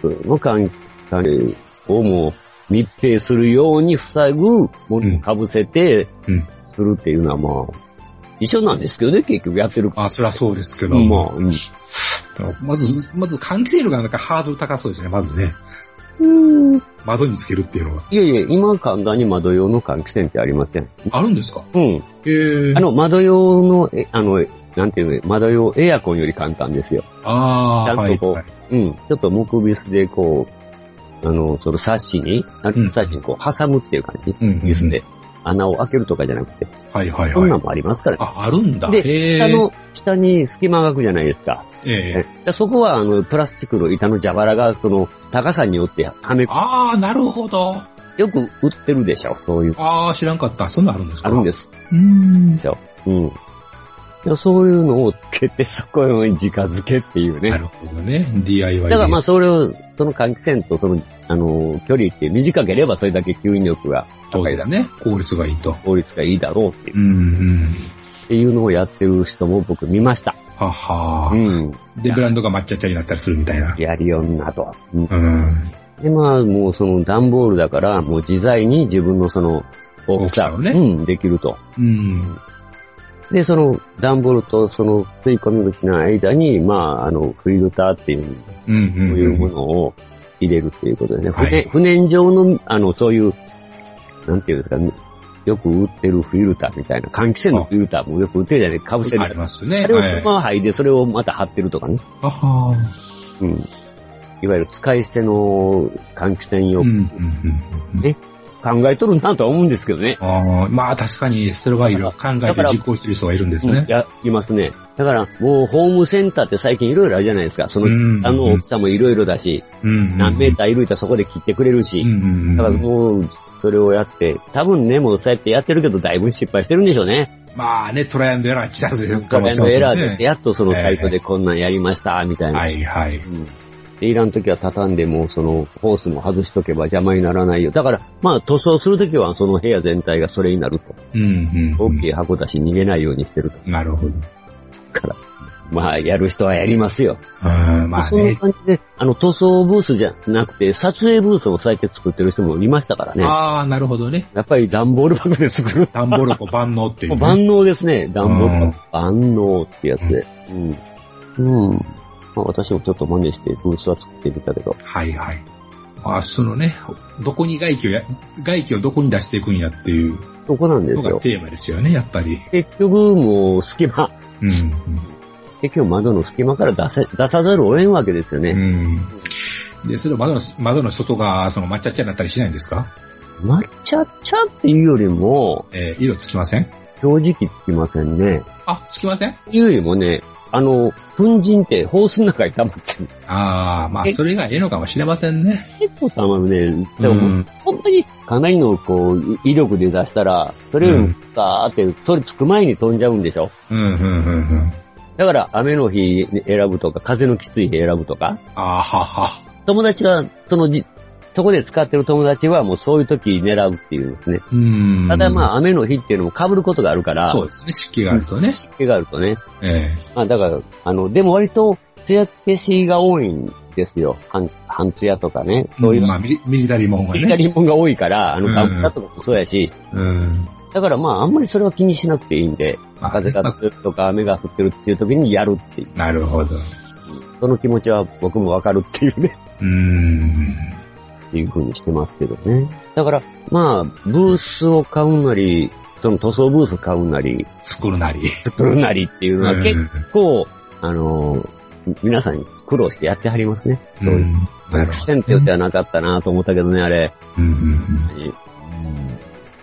E: 普通の換気扇をもう密閉するように塞ぐものをかぶせて
C: うん、
E: するっていうのはまあ、一緒なんですけどね、結局やってる。
C: まあ、そりゃそうですけど。
E: まあ、うん
C: まず、まず換気扇がなんかハードル高そうですね、まずね。窓につけるっていうのは。
E: いやいや、今簡単に窓用の換気扇ってありません。
C: あるんですか
E: うん。
C: ええ
E: あの、窓用の、え、あの、なんていうの、窓用エアコンより簡単ですよ。
C: ああ、
E: ちゃんとこう
C: はいはい
E: うん。ちょっと木ビスでこう、あの、そのサッシに、サ
C: ん
E: ッシにこう挟むっていう感じ。
C: うんうんうん
E: ビスで。穴を開けるとかじゃなくて、
C: はいはい
E: そんな
C: は
E: ん
C: い。
E: もありますからね。
C: あ、あるんだ。
E: で、
C: へえ
E: 下、の、下に隙間が空くじゃないですか。
C: ええ
E: でそこは、あの、プラスチックの板の蛇腹が、その、高さによってはめ、
C: ああ、なるほど。
E: よく売ってるでしょ。そういう、
C: ああ、知らんかった。そんなんあるんですか。
E: あるんですす。
C: うーん
E: で。しょ。うん。でそういうのをつけて、そこに直付けっていうね。
C: なるほどね。DIY で。
E: だからまあそれを、その換気扇とその、あの、距離って短ければそれだけ吸引力が
C: そう
E: 高い
C: だ
E: だ、
C: ね。効率がいいと。
E: 効率がいいだろうっていう
C: う、んうん。
E: っていうのをやってる人も僕見ました。
C: はは
E: う。ん。
C: で、ブランドが抹茶茶になったりするみたいな。
E: やりよんなと。うん
C: うん。
E: でまあもうその段ボールだから、もう自在に自分のその、大
C: 大
E: きさ
C: きさをね
E: うん、できると。
C: うん。
E: で、その段ボールとその吸い込み口の間に、まああの、フィルターってい
C: うん
E: う、
C: う。
E: こうんいうものを入れるっていうことですね。
C: はい
E: 不燃不燃状の、あの、そういう、なんていうんですか、よく売ってるフィルターみたいな、換気扇のフィルターもよく売ってるじゃない、かぶせ
C: あり
E: る。
C: ますね。
E: あれを
C: は
E: ス
C: い。
E: マハイでそれをまた貼ってるとかね。
C: あはー
E: うん。いわゆる使い捨ての換気扇を
C: うんうんうんうん。
E: ね考えとるなとは思うんですけどね。
C: あーまあ確かに、それはいろいろ考え
E: だ
C: て
E: から
C: 実行してる人がいるんです
E: うん
C: ね。
E: や、いますね。だから、もうホームセンターって最近いろいろあるじゃないですか。その、
C: うん
E: あの大きさもいろいろだし、
C: うん。
E: 何メーターいるいたらそこで切ってくれるし、
C: うんうんうん
E: だからもう、それをやって、多分ね、もうそうやってやってるけど、だいぶ失敗してるんでしょうね。
C: まあね、トライアンドエラー来たずれるか
E: 画
C: もしれ
E: 面
C: ま
E: の
C: せ
E: エ
C: んね。
E: ラーでやって、やっとそのサイトでこんなんやりました、みたいな。
C: はいはい。
E: うんで、いらん時は畳んでも、その、ホースも外しとけば邪魔にならないよ。だから、まあ、塗装するときは、その部屋全体がそれになると。
C: うんうんうん。
E: 大きい箱だし、逃げないようにしてると。
C: なるほど。
E: まあ、やる人はやりますよ。
C: うん、まあ
E: そんな
C: ね。
E: 感じで、あの、塗装ブースじゃなくて、撮影ブースをそうやって作ってる人もいましたからね。
C: ああ、なるほどね。
E: やっぱり段ボール箱で作る
C: ダンボール箱万能っていうね。
E: 万能ですね。暖房とか万能ってやつで。うん。うん。まあ私もちょっと真似してブースは作ってみたけど。
C: はいはい。まあ、そのね、どこに外気をや、外気をどこに出していくんやっていう
E: そこなんです
C: のが
E: よ。
C: テーマですよね、やっぱり。
E: 結局もう隙間、
C: うん。
E: 結局窓の隙間から出せ、出さざるを得んわけですよ
C: う
E: ね。
C: ん。で、それを窓の、窓の外が、その抹茶茶になったりしないんですか
E: 抹茶茶っていうよりも、
C: えー色つきません
E: 正直つきませんね。
C: あ、つきません
E: いうよりもね、あの、粉塵ってホースの中に溜まってる。
C: ああ、まあ、
E: え
C: それがええのかもしれませんね。
E: 結構溜まるね。で
C: う
E: も、
C: ん。
E: 本当にかなりのこう、威力で出したら、それよりもさーって、それつく前に飛んじゃうんでしょ
C: うん、うん、うん、うん。
E: だから、雨の日選ぶとか、風のきつい日選ぶとか、
C: ああ、はは。
E: 友達は、そのじ、そこで使ってる友達はもうそういう時狙うっていうんですね。
C: うん。
E: ただまあ、雨の日っていうのも被ることがあるから、
C: そうですね、湿気があるとね。
E: 湿気があるとね。
C: え
E: まあ、だから、あの、でも割と、艶消しが多いんですよ。半、半艶とかね。
C: え。
E: そういう、
C: まあ、ミリミリタリーもんが
E: ピリカ
C: ね。
E: リもんが多いから、あの、
C: うん
E: ガムタとかもそうやし、
C: うん。
E: だからまあ、あんまりそれは気にしなくていいんで、
C: まあ
E: 風が吹くとか雨が降ってるっていう時にやるっていう。
C: なるほど。
E: その気持ちは僕もわかるっていうね、
C: うん。
E: っていう風にしてますけどね。だから、まあ、ブースを買うなり、その塗装ブース買うなり、
C: 作るなり。
E: 作るなりっていうのは
C: う
E: 結
C: ん
E: 構、あのー皆さん苦労してやってはりますね。そう
C: う。
E: いうん
C: なるほ
E: 線って言ってはなかったなと思ったけどね、あれ。
C: ど。うんうんうん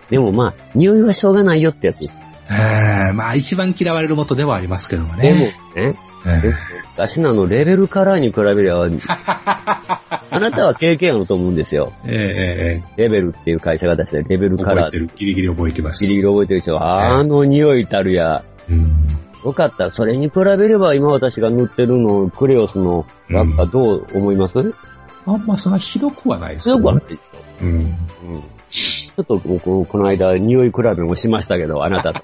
E: でもまあ、匂いはしょうがないよってやつ。
C: えーまあ一番嫌われる元ではありますけども
E: でも
C: ね。
E: ね、
C: ええ
E: 私のあの、レベルカラーに比べ りゃ、あなたは経験あると思うんですよ。
C: ええええ
E: レベルっていう会社が出して、レベルカ
C: 覚
E: ラ
C: え
E: ー
C: て、る。ギリギリ覚えてます。
E: ギリギリ覚えてる人は、あの匂いたるや、
C: うん
E: よかった。それに比べれば、今私が塗ってるの、クレオスの輪っかどう思います、
C: あんまそんなひどくはないです
E: 強くはない。
C: うん。
E: うんちょっと僕、この間、匂い比べもしましたけど、あ なたと。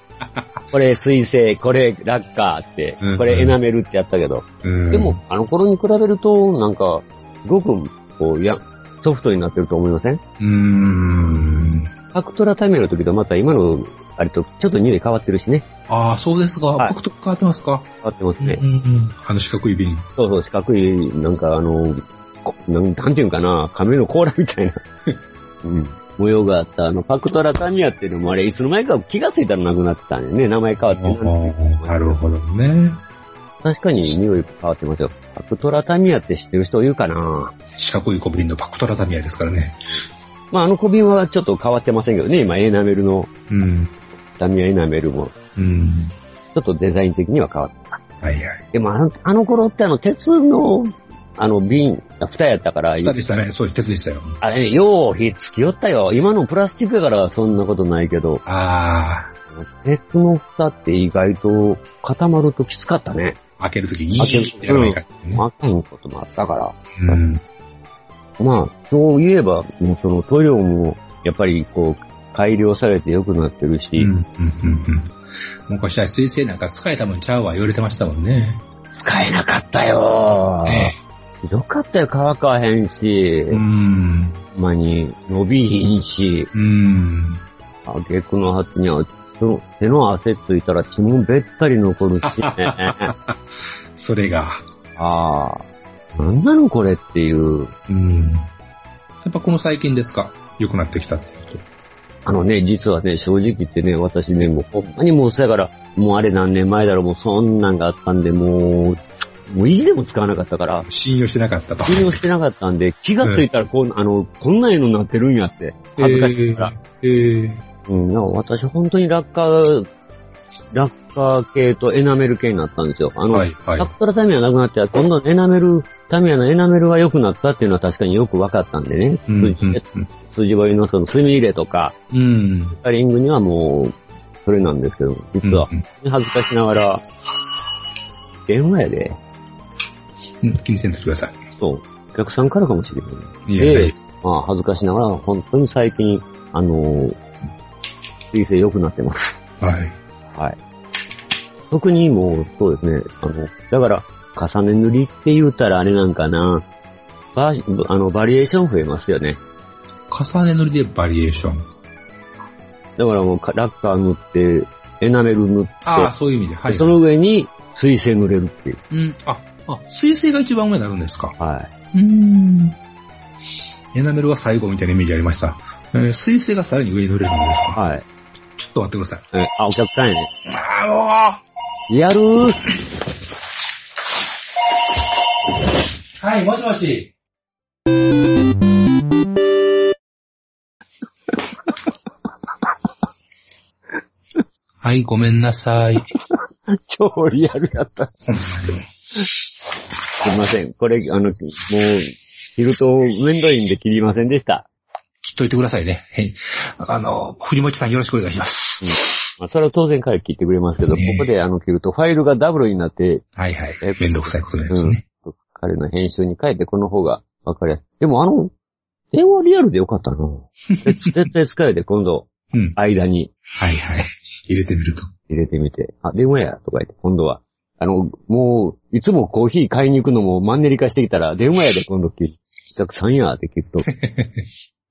E: これ水性、これラッカーって
C: うんう、ん
E: これエナメルってやったけど。
C: うん
E: でも、、あの頃に比べると、なんか、すごく、こう、や、ソフトになってると思いません
C: うーん。
E: アクトラタイムの時とまた今の、あれと、ちょっと匂い変わってるしね。
C: ああ、そうですが、
E: はい
C: 僕と変わってますか
E: 変わってますね。
C: ん。あの四角い瓶。
E: そうそう、四角い、なんかあの、こなんなんていうんかな、亀の甲羅みたいな、うん、模様があった、あの、パクトラタミヤっていうのもあれ、いつの間にか気がついたらなくなってたんだよね、名前変わってな。
C: なるほどね。
E: 確かに匂い変わってますよ。パクトラタミヤって知ってる人いるかな
C: 四角い小瓶のパクトラタミヤですからね。
E: まあ、あの小瓶はちょっと変わってませんけどね、今エナメルの、
C: うん。
E: タミヤエナメルも、
C: うん。
E: ちょっとデザイン的には変わって。
C: はいはい。
E: でもあの、あの頃ってあの、鉄の、あの瓶、蓋やったから、
C: 下でしたね。そう、鉄でしたよ。
E: あれ、よう、火つきよったよ。今のプラスチックやからそんなことないけど、
C: あ
E: 鉄の蓋って意外と固まるときつかったね。
C: あ、開けるときギーッてやればいいからね。
E: まあ、いこともあったから。
C: うん。
E: まあ、そういえば、もうその塗料も、やっぱりこう、改良されて良くなってるし、
C: うん、うん、うん。うん。昔は水性なんか使えたもんちゃうわ言われてましたもんね。
E: 使えなかったよひどかったよ、乾かへんし、
C: えうん。
E: ほんまに、伸びひんし、
C: うん。
E: あげくの発には、その手の汗ついたら血もべったり残 るしね。
C: それが。
E: ああ、なんなのこれっていう。
C: うん。やっぱこの最近ですか良くなってきたっていうと。
E: あのね、実はね、正直言ってね、私ね、もうほんまにもうそやから、もうあれ何年前だろう、もうそんなんがあったんで、もう、もう意地でも使わなかったから、
C: 信用してなかったと。
E: 信用してなかったんで、気がついたらこん、あの、こんな色になってるんやって、恥ずかしいから。
C: えーえ
E: うん、なんか私本当にラッカー、ラッカー系とエナメル系になったんですよ。あ
C: ー
E: の、
C: はい、はい
E: ラ。ッカータミヤなくなって、今度エナメル、タミヤのエナメルが良くなったっていうのは確かによく分かったんでね。
C: うん、う
E: 数字
C: ん
E: で筋張りのその墨入れとか、
C: うん。
E: スタリングにはもう、それなんですけど、
C: う
E: 実
C: ん。
E: は、恥ずかしながら、電話やで、
C: うん気にせんといてくださ
E: そう、お客さんからかもしれない。
C: い。いやいやいや
E: まあ、恥ずかしながら、本当に最近、あのー、水性良くなってます。
C: はい。
E: はい。特にもう、そうですね、あの、だから、重ね塗りって言うたらあれなんかな、バーあの、バリエーション増えますよね。
C: 重ね塗りでバリエーション。
E: だからもうか、ラッカー塗って、エナメル塗って、
C: ああ、そういう意味で。はい。
E: その上に水性塗れるっていう。
C: うん。あ、あ、水性が一番上になるんですか。
E: はい。
C: うん。エナメルは最後みたいなイメージありました。えー水性がさらに上に乗れるんですか
E: はい。
C: ちょっと待ってください。
E: え、あ、お客さんやね。
C: あ
E: やるー
C: のはい、もしも し。はい、ごめんなさい。
E: 超リアルやった。すいません。これ、あの、もう、切ると面倒いんで切りませんでした。
C: 切っといてくださいね。はいあの、藤持さんよろしくお願いします。
E: まあ、それは当然彼切ってくれますけど、こ
C: ねえ
E: こであの切るとファイルがダブルになって、
C: はいはい
E: え。
C: めんどくさいことになりますね。
E: うん。彼の編集に変えてこの方がわかりやすい。でもあの、電話リアルでよかっ たな。絶絶対使えて今度、
C: うん。
E: 間に
C: はいはい。入れてみると。
E: 入れてみて、あ、電話や、とか言って、今度は。あの、もう、いつもコーヒー買いに行くのもマンネリ化してきたら、電話やで今度聞く。企画さんや、って聞く と。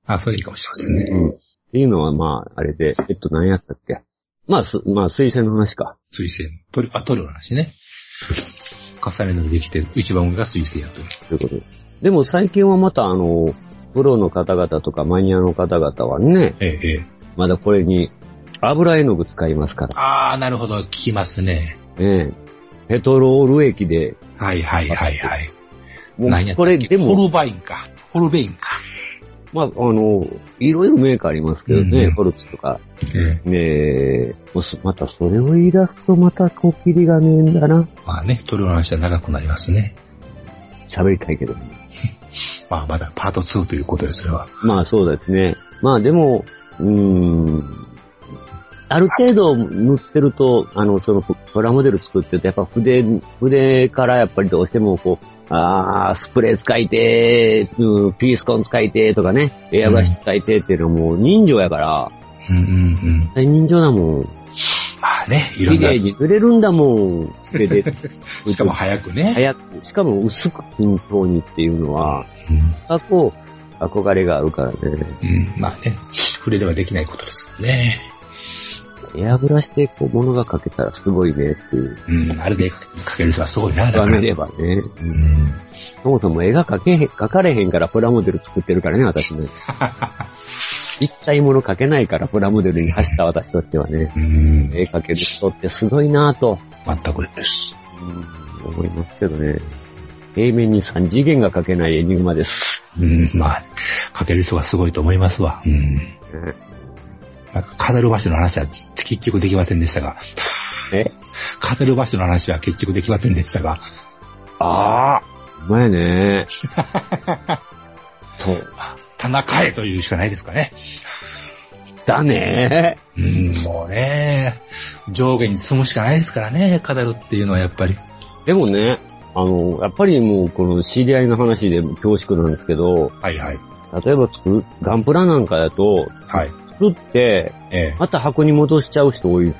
C: あ、それいいかもしれませんね。
E: うん。っていうのはまあ、あれで、えっと、何やったっけ。まあ、す、まあ、水星の話か。
C: 水星の。トリ、あ、トリオの話ね。重ね塗りできて、一番上が水星やと。
E: ということで。でも最近はまた、あの、プロの方々とかマニアの方々はね、
C: ええ、ええ。
E: まだこれに油絵の具使いますから。
C: あー、なるほど。聞きますね。
E: ねえペトロール液で、
C: はいはいはいはい。
E: も
C: 何やっ
E: う
C: た
E: こ
C: っ
E: れ
C: け
E: で
C: ホ
E: も、
C: ルバインか。ホルベインか。
E: まあ、あの、いろいろメーカーありますけど
C: うんう
E: ね、
C: ん
E: ホルツとか、
C: ええ。
E: ねえ、もうすまたそれを言い出すとまたこっきりがねえんだな。
C: まあね、トリオの話は長くなりますね。
E: 喋りたいけど。
C: まあまだパート2ということです、それは。
E: まあそうですね。まあでも、うーん、ある程度塗ってると、あの、そのプラモデル作ってると、やっぱ筆、筆からやっぱりどうしてもこう、あースプレー使いてー、うんピースコン使いてーとかね、エアブラシ使いてーっていうのはもう人情やから、
C: うんうんうん。
E: 大人情だもん。
C: まあね、いろ
E: 綺
C: んな
E: 麗。に塗れるんだもん、筆で。
C: しかも早くね。
E: 早く、しかも薄く均等にっていうのは、
C: うん
E: 過去、憧れがあるからね。
C: うん、まあね、触れではできないことですからね。
E: エアブラシでこう物が描けたらすごいねっていう。
C: うん、あれで描ける人はすごいな、だ
E: 画
C: から
E: 見。ればね。
C: うん。
E: そもそも絵が描けへん、描かれへんからプラモデル作ってるからね、私ね。一体物描けないからプラモデルに走った私としてはね。
C: うん、
E: 絵描ける人ってすごいなぁと、
C: 全くです。
E: うん思いますけどね。平面に3次元が描けないエニグマです。
C: うん、まあ、描ける人はすごいと思いますわ。うん。なんか、飾る場所の話は結局できませんでしたが、
E: え
C: 飾る場所の話は結局できませんでしたが、
E: ああ。うまいね。そう。
C: 田中へというしかないですかね。
E: だね。
C: うん、もうね、上下に積むしかないですからね、飾るっていうのはやっぱり。
E: でもね、あの、やっぱりもうこの知り合いの話で恐縮なんですけど、
C: はいはい。
E: 例えば作る、ガンプラなんかだと、
C: はい。
E: 作って、
C: ええ。
E: また箱に戻しちゃう人多い。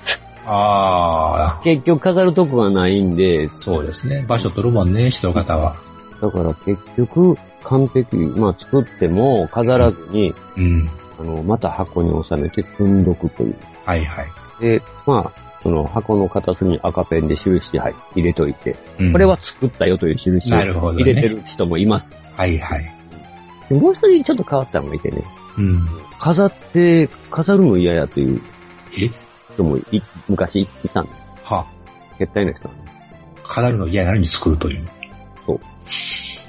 C: ああ、
E: 結局飾るとこがないんで、
C: そうですね。場所取るもんね、人方は。
E: だから結局、完璧、まあ作っても飾らずに、
C: うん。
E: あの、また箱に収めて積んどくという。
C: はいはい。
E: で、まあ、その箱の片隅に赤ペンで印はい入れといて、
C: うん
E: これ、は作ったよという印を
C: なるほどね
E: 入れてる人もいます。
C: はいはい。
E: でもう一人ちょっと変わったのがいてね、
C: うん。
E: 飾って、飾るの嫌やという
C: え
E: 人もい昔いたんです。
C: は、
E: 絶対の人。わ
C: 飾るの嫌なのに作るという。
E: そう。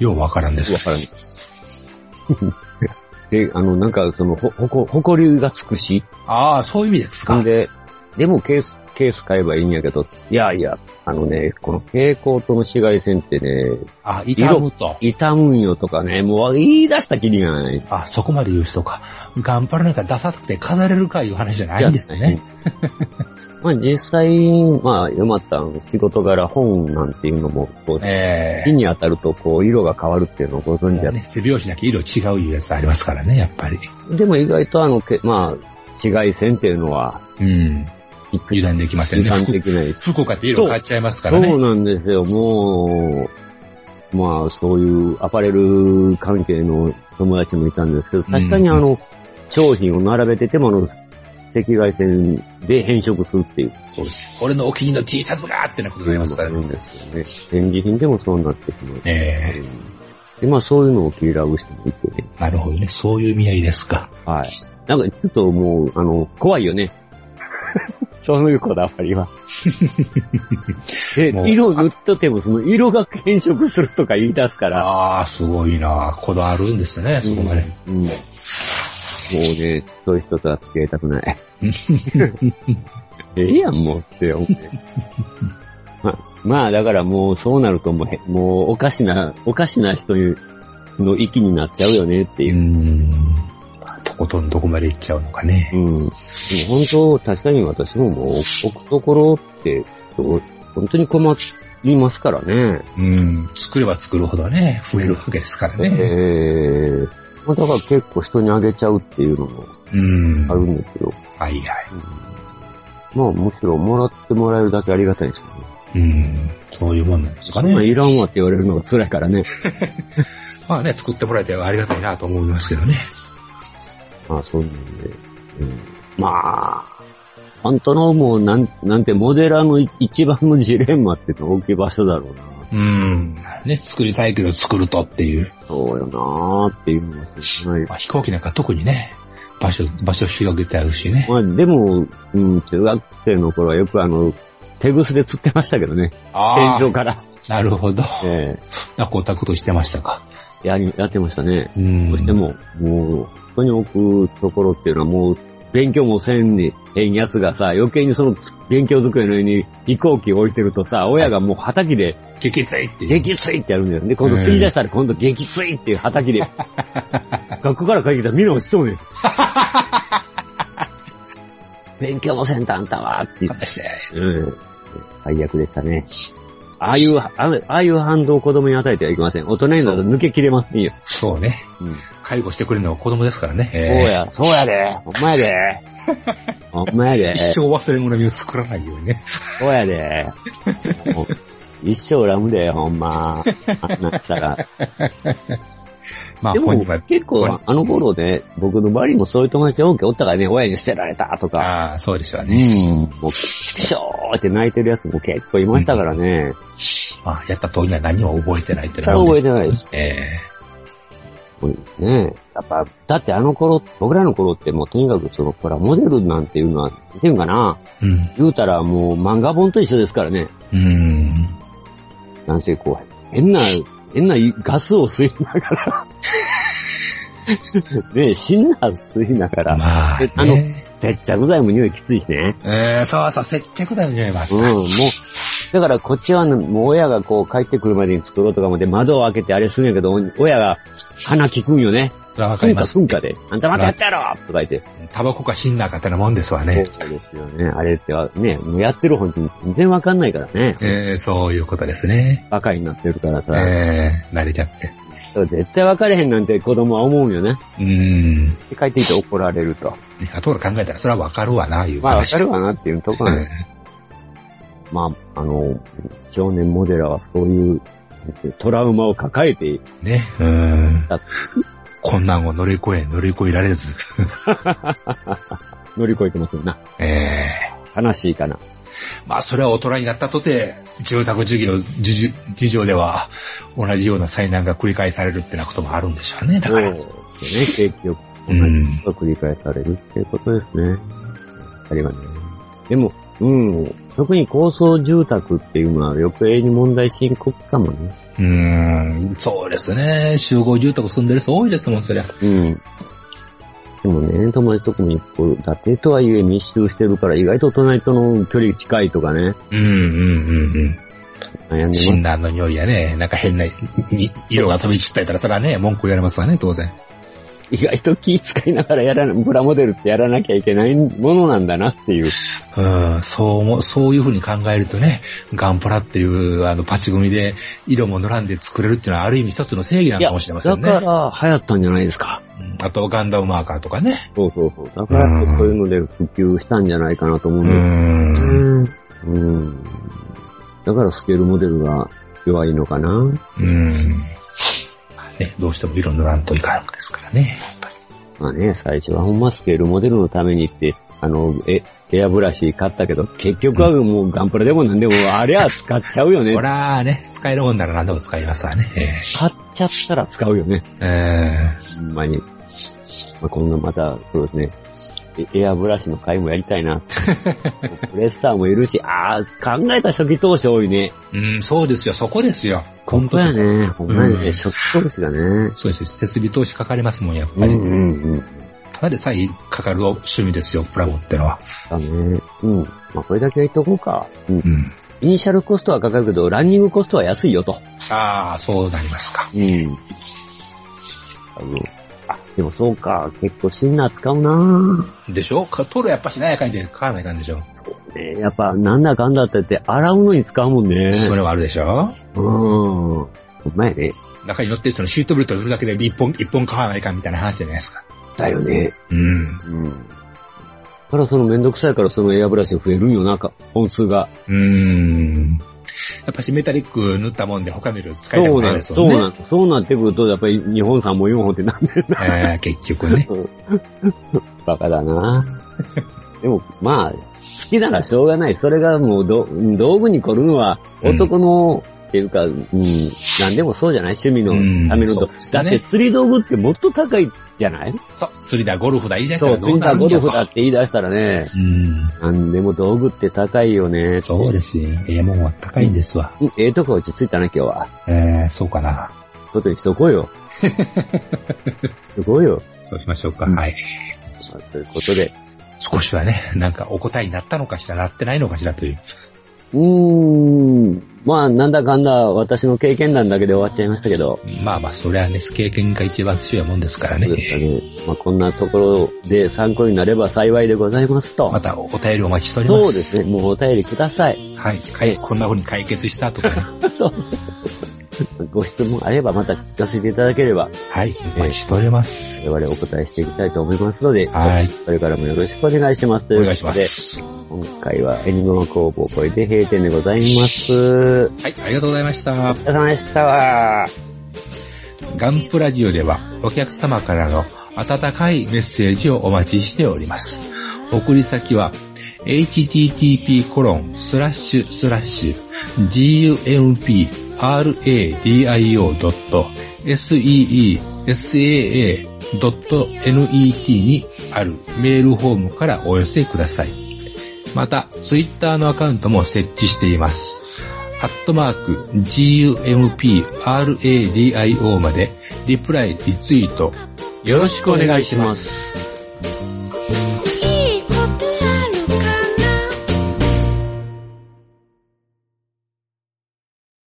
C: ようわからんです。
E: からん ない。で、あの、なんか、その、ほ、ほこ、ほこりがつくし、
C: ああ、そういう意味です
E: ん
C: か。
E: で、でもケース、ケース買えばいいんやけど、いやいや、あのね、この蛍光灯の紫外線ってね、
C: あ、痛むと。
E: 傷むんよとかね、もう言い出したきりがない。
C: あ、そこまで言う人か。ガンパラなんか出さなくて飾れるかいう話じゃないんですね。
E: まあ実際、まあ、よまったん仕事柄本なんていうのも、こう、
C: え
E: 火に当たるとこう、色が変わるっていうのをご
C: え
E: 存知だ
C: ね、背拍子だけ色違ういうやつありますからね、やっぱり。
E: でも意外とあの、けまあ、紫外線っていうのは、
C: うん。油断できません
E: 時
C: ね。
E: 間的ない。
C: 福岡って色変えちゃいますから
E: そ
C: ね。
E: うなんですよ、もう、まあ、そういうアパレル関係の友達もいたんですけど、確かにあの、商品を並べてても、あの、赤外線で変色するっていう。
C: そうです。俺のお気に入りの T シャツがってなことになりますから
E: ある
C: ね。
E: んですよね。展示品でもそうなってしまう。
C: ええ
E: で、まあ、そういうのを嫌う人もいてね。
C: なるほどね。そういう意味合いですか。
E: はい。なんか、ちょっともう、あの、怖いよね。 そういうこだわり は。で、
C: もう
E: 色を塗っとても、その色が変色するとか言い出すから。
C: ああ、すごいな。こだわるんですね、そこまで。
E: うん。もうね、そういう人とは付き合いたく ない。ええやん、もうって 思う。ままあ、だからもうそうなるともうへ、もうおかしな、おかしな人の域になっちゃうよねっていうう。
C: ん。とことんどこまで行っちゃうのかね。
E: うん。でも本当、確かに私ももう置くところって、そう本当に困りますからね。
C: うん。作れば作るほどね、増えるわけですから
E: え
C: ね。
E: えまあだから結構人にあげちゃうっていうのも
C: うん。
E: あるんですけど、
C: はいはい。
E: まあもちろんもらってもらえるだけありがたいですよね。
C: うん。そういうもんなんですか
E: そんなん
C: ね。
E: いらんわって言われるのが辛いからね。
C: まあね、作ってもらえてありがたいなと思いますけどね。
E: まあそうなんで、うん、まあ、あんたのもうなん、なんてモデラーの一番のジレンマってのは大きい場所だろうな。
C: うん。ね、作りたいけど作るとっていう。
E: そうよなーっていうのはすごい。
C: まあ、飛行機なんか特にね、場所、場所広げてあるしね。
E: まあでも、うん、中学生の頃はよくあの、手ぐすで釣ってましたけどね。
C: あ
E: 天井から。
C: あ、なるほど。
E: え
C: な、こうたことしてましたか。
E: えやり、やってましたね。
C: うん
E: そしてもう、もう、本当に置くところっていうのはもう、勉強もせんに、えんやつがさ、余計にその勉強机の上に飛行機置いてるとさ、親がもう畑で
C: 激罪っていう。
E: 激水ってやるんだよ。で、今度釣り出したら今度激水っていう畑で、学校から帰ってきたらみんな落ちとうねん。勉強もせんとあんたはって言って。うん。最悪でしたね。ああいう、あああいう反動を子供に与えてはいけません。大人になると抜けきれませんよ。
C: そうね。
E: うん
C: 介護してくれるのは子供ですからね。
E: そうや、そうやで。お前 で。お前
C: えー
E: で。
C: 一生忘れ物を作らないようにね。
E: そう やで。もう一生ラムで、ほんま。あんなったら。
C: まあ、
E: でも
C: 本人は。
E: 結構
C: 本人
E: あの頃ね、僕の周りもそういう友達多くおったからね、親に捨てられたとか、
C: ああ、そうでしょう
E: うん
C: ね。、
E: もう、くしょーって泣いてるやつも結構いましたからね。
C: まあ、やった通りには何も覚えてないって
E: それは覚えてないです。
C: ええ
E: もうねやっぱ、だってあの頃、僕らの頃ってもうとにかくその、ほら、モデルなんていうのは、なんていうんかな、
C: うん。
E: 言うたらもう漫画本と一緒ですからね。
C: うん。
E: なんせこう、変な、変なガスを吸いながら、 ねえ、シンナー吸いながら、
C: まあ、ね、
E: あの接着剤も匂いきついしね。
C: ええそうそう、接着剤の匂いは。
E: うん、もう、だからこっちはね、もう親がこう帰ってくるまでに作ろうとかもで窓を開けてあれするんやけど、親が鼻聞くんよね。
C: それはわか
E: 文
C: り
E: 化
C: ます。
E: 文化で。あんたまたやったやろとか言って。
C: タバコか死んなかったようなもんですわね。
E: そうですよね。あれってはね、もうやってる本人全然わかんないからね。
C: ええそういうことですね。
E: バカになってるからさ。
C: ええ慣れちゃって。
E: 絶対分かれへんなんて子供は思うよね。
C: うん。
E: で帰ってきて怒られると。
C: ね後から考えたらそれはわかるわな、いう
E: まあわ
C: 話。
E: かるわなっていうところはね。まあ、あの、少年モデラーはそういうトラウマを抱えて
C: うんね。うん
E: だ。
C: 困難を乗り越え、乗り越えられず。
E: 乗り越えてますよな。
C: ええ
E: 悲しいかな。
C: まあ、それは大人になったとて、住宅事業、事事情では、同じような災難が繰り返されるってなこともあるんでしょうね、だから。
E: そうですね、結局。
C: う
E: 同
C: ん
E: じことが繰り返されるっていうことですね。あれはね。でも、うん、特に高層住宅っていうのは余計に問題深刻かもね。
C: うーん、そうですね。集合住宅住んでる人多いですもん、そりゃ。
E: うん。でもね、友達とこも一個だけとはいえ密集してるから、意外と隣との距離近いとかね、
C: うん、うん、うん、うん。
E: 悩んで
C: 診
E: ま
C: 断の匂いやね、なんか変な、に色が飛び散ったりたら、それはね、文句言われますわね、当然。
E: す。意外と気使いながらやらな、プラモデルってやらなきゃいけないものなんだなっていう。
C: うん、そうも、そういうふうに考えるとね、ガンプラっていう、あの、パチ組みで、色も塗らんで作れるっていうのは、ある意味一つの正義なのかもしれませ
E: だ
C: んね。
E: から流行ったんじゃないですか。
C: うんあと、ガンダムマーカーとかね。
E: そうそうそう。だから、そういうので普及したんじゃないかなと思
C: う
E: う
C: ん
E: で
C: ん。
E: す。うん。だからスケールモデルが弱いのかな。
C: うん。ね、どうしても色塗らんといかんですからね。
E: まあね、最初はほんまスケールモデルのためにって、あの、え、エアブラシ買ったけど、結局はもうガンプラでもなんでも、あれは使っちゃうよね
C: ほ。らーね、使えるもんなら何でも使いますわね。
E: 買っちゃったら使うよね。
C: えーえ
E: ほんまに。まあ、今度また、そうですね。えエアブラシの買いもやりた いな。プレッサーもいるし、ああ、考えた初期投資多いね。
C: ーうん、そうですよ、そこですよ。
E: 本当や
C: そう
E: ね。ほんまに
C: うん
E: ね、初期投資がね。
C: そうですよ、設備投資かかりますもん、やっ
E: う
C: ぱ
E: ん
C: り。
E: うんうん。
C: かなり差異かかる趣味ですよ、プラモってのは。
E: だね。うん。まあ、これだけは言っとこうか。うん。
C: うん。
E: イニシャルコストはかかるけど、ランニングコストは安いよと。
C: ああ、そうなりますか。
E: うん。あの、あ、でもそうか。結構シンナー使うな
C: でしょか取るやっぱしなんやかんで買わないかんでしょ、
E: ねやっぱ、なんだかんだって言って、洗うのに使うもんね。
C: それはあるでしょ
E: うん。ほんまやね。
C: 中に乗ってる人のシートベルトを取るだけで一本、一本買わないかんみたいな話じゃないですか。
E: だよね。
C: うん。
E: うん。ただそのめんどくさいからそのエアブラシ増えるんよな、か本数が。
C: うーん。やっぱしメタリック塗ったもんで他の色使いたくないです
E: そう
C: よね。
E: なんそうなってくると、やっぱり日本産も4本ってなんで
C: えー結局ね。
E: バカだなでも、まあ、好きならしょうがない。それがもうど、道具に凝るのは、男の、っていうか、うん、なんでもそうじゃない趣味のための
C: うんそう
E: と、
C: です
E: だ
C: ね
E: って釣り道具ってもっと高いじゃない
C: そう、釣りだ、ゴルフだ、言い出した
E: そ
C: ら
E: う、
C: ど
E: 釣
C: う
E: り
C: な
E: だ、
C: るん
E: ゴ
C: や
E: ル
C: と
E: フだって言い出したらね、
C: うん。
E: なんでも道具って高いよね。
C: そうですよ。ええもんは高いんですわ。
E: うんええとこ落ち着いたな、今日は。
C: えー、そうかな。
E: 外にしとこ うよ。すごいよ。
C: そうしましょうか。
E: うん
C: はい。
E: まあということで。
C: 少しはね、なんかお答えになったのかしら、なってないのかしらという。
E: うーん。まあ、なんだかんだ私の経験談だけで終わっちゃいましたけど。
C: まあまあ、それはね、経験が一番強いもんですから
E: そうですか
C: ね。
E: ね。まあ、こんなところで参考になれば幸いでございますと
C: ま。たお便りお待ちしており
E: そ
C: ま
E: う
C: す。
E: ですね。もうお便りください。
C: はい。はい。こんな風に解決したとかね。
E: そう。ご質問あればまた聞かせていただければ、
C: はい。お待ちしております。
E: 我々お答えしていきたいと思いますので、
C: はい。
E: これからもよろしくお願いします。
C: お願いします。
E: ということで。今回はエニグマ工房これで閉店でございます。
C: はい。ありがとうございました
E: お。疲れ様でしたわ。
C: ガンプラジオではお客様からの温かいメッセージをお待ちしております。送り先は http://gumpradio.seesaa.net にあるメールフォームからお寄せください。また、ツイッターのアカウントも設置しています。アットマーク、GUMPRADIO まで、リプライ、リツイート、よろしくお願いします。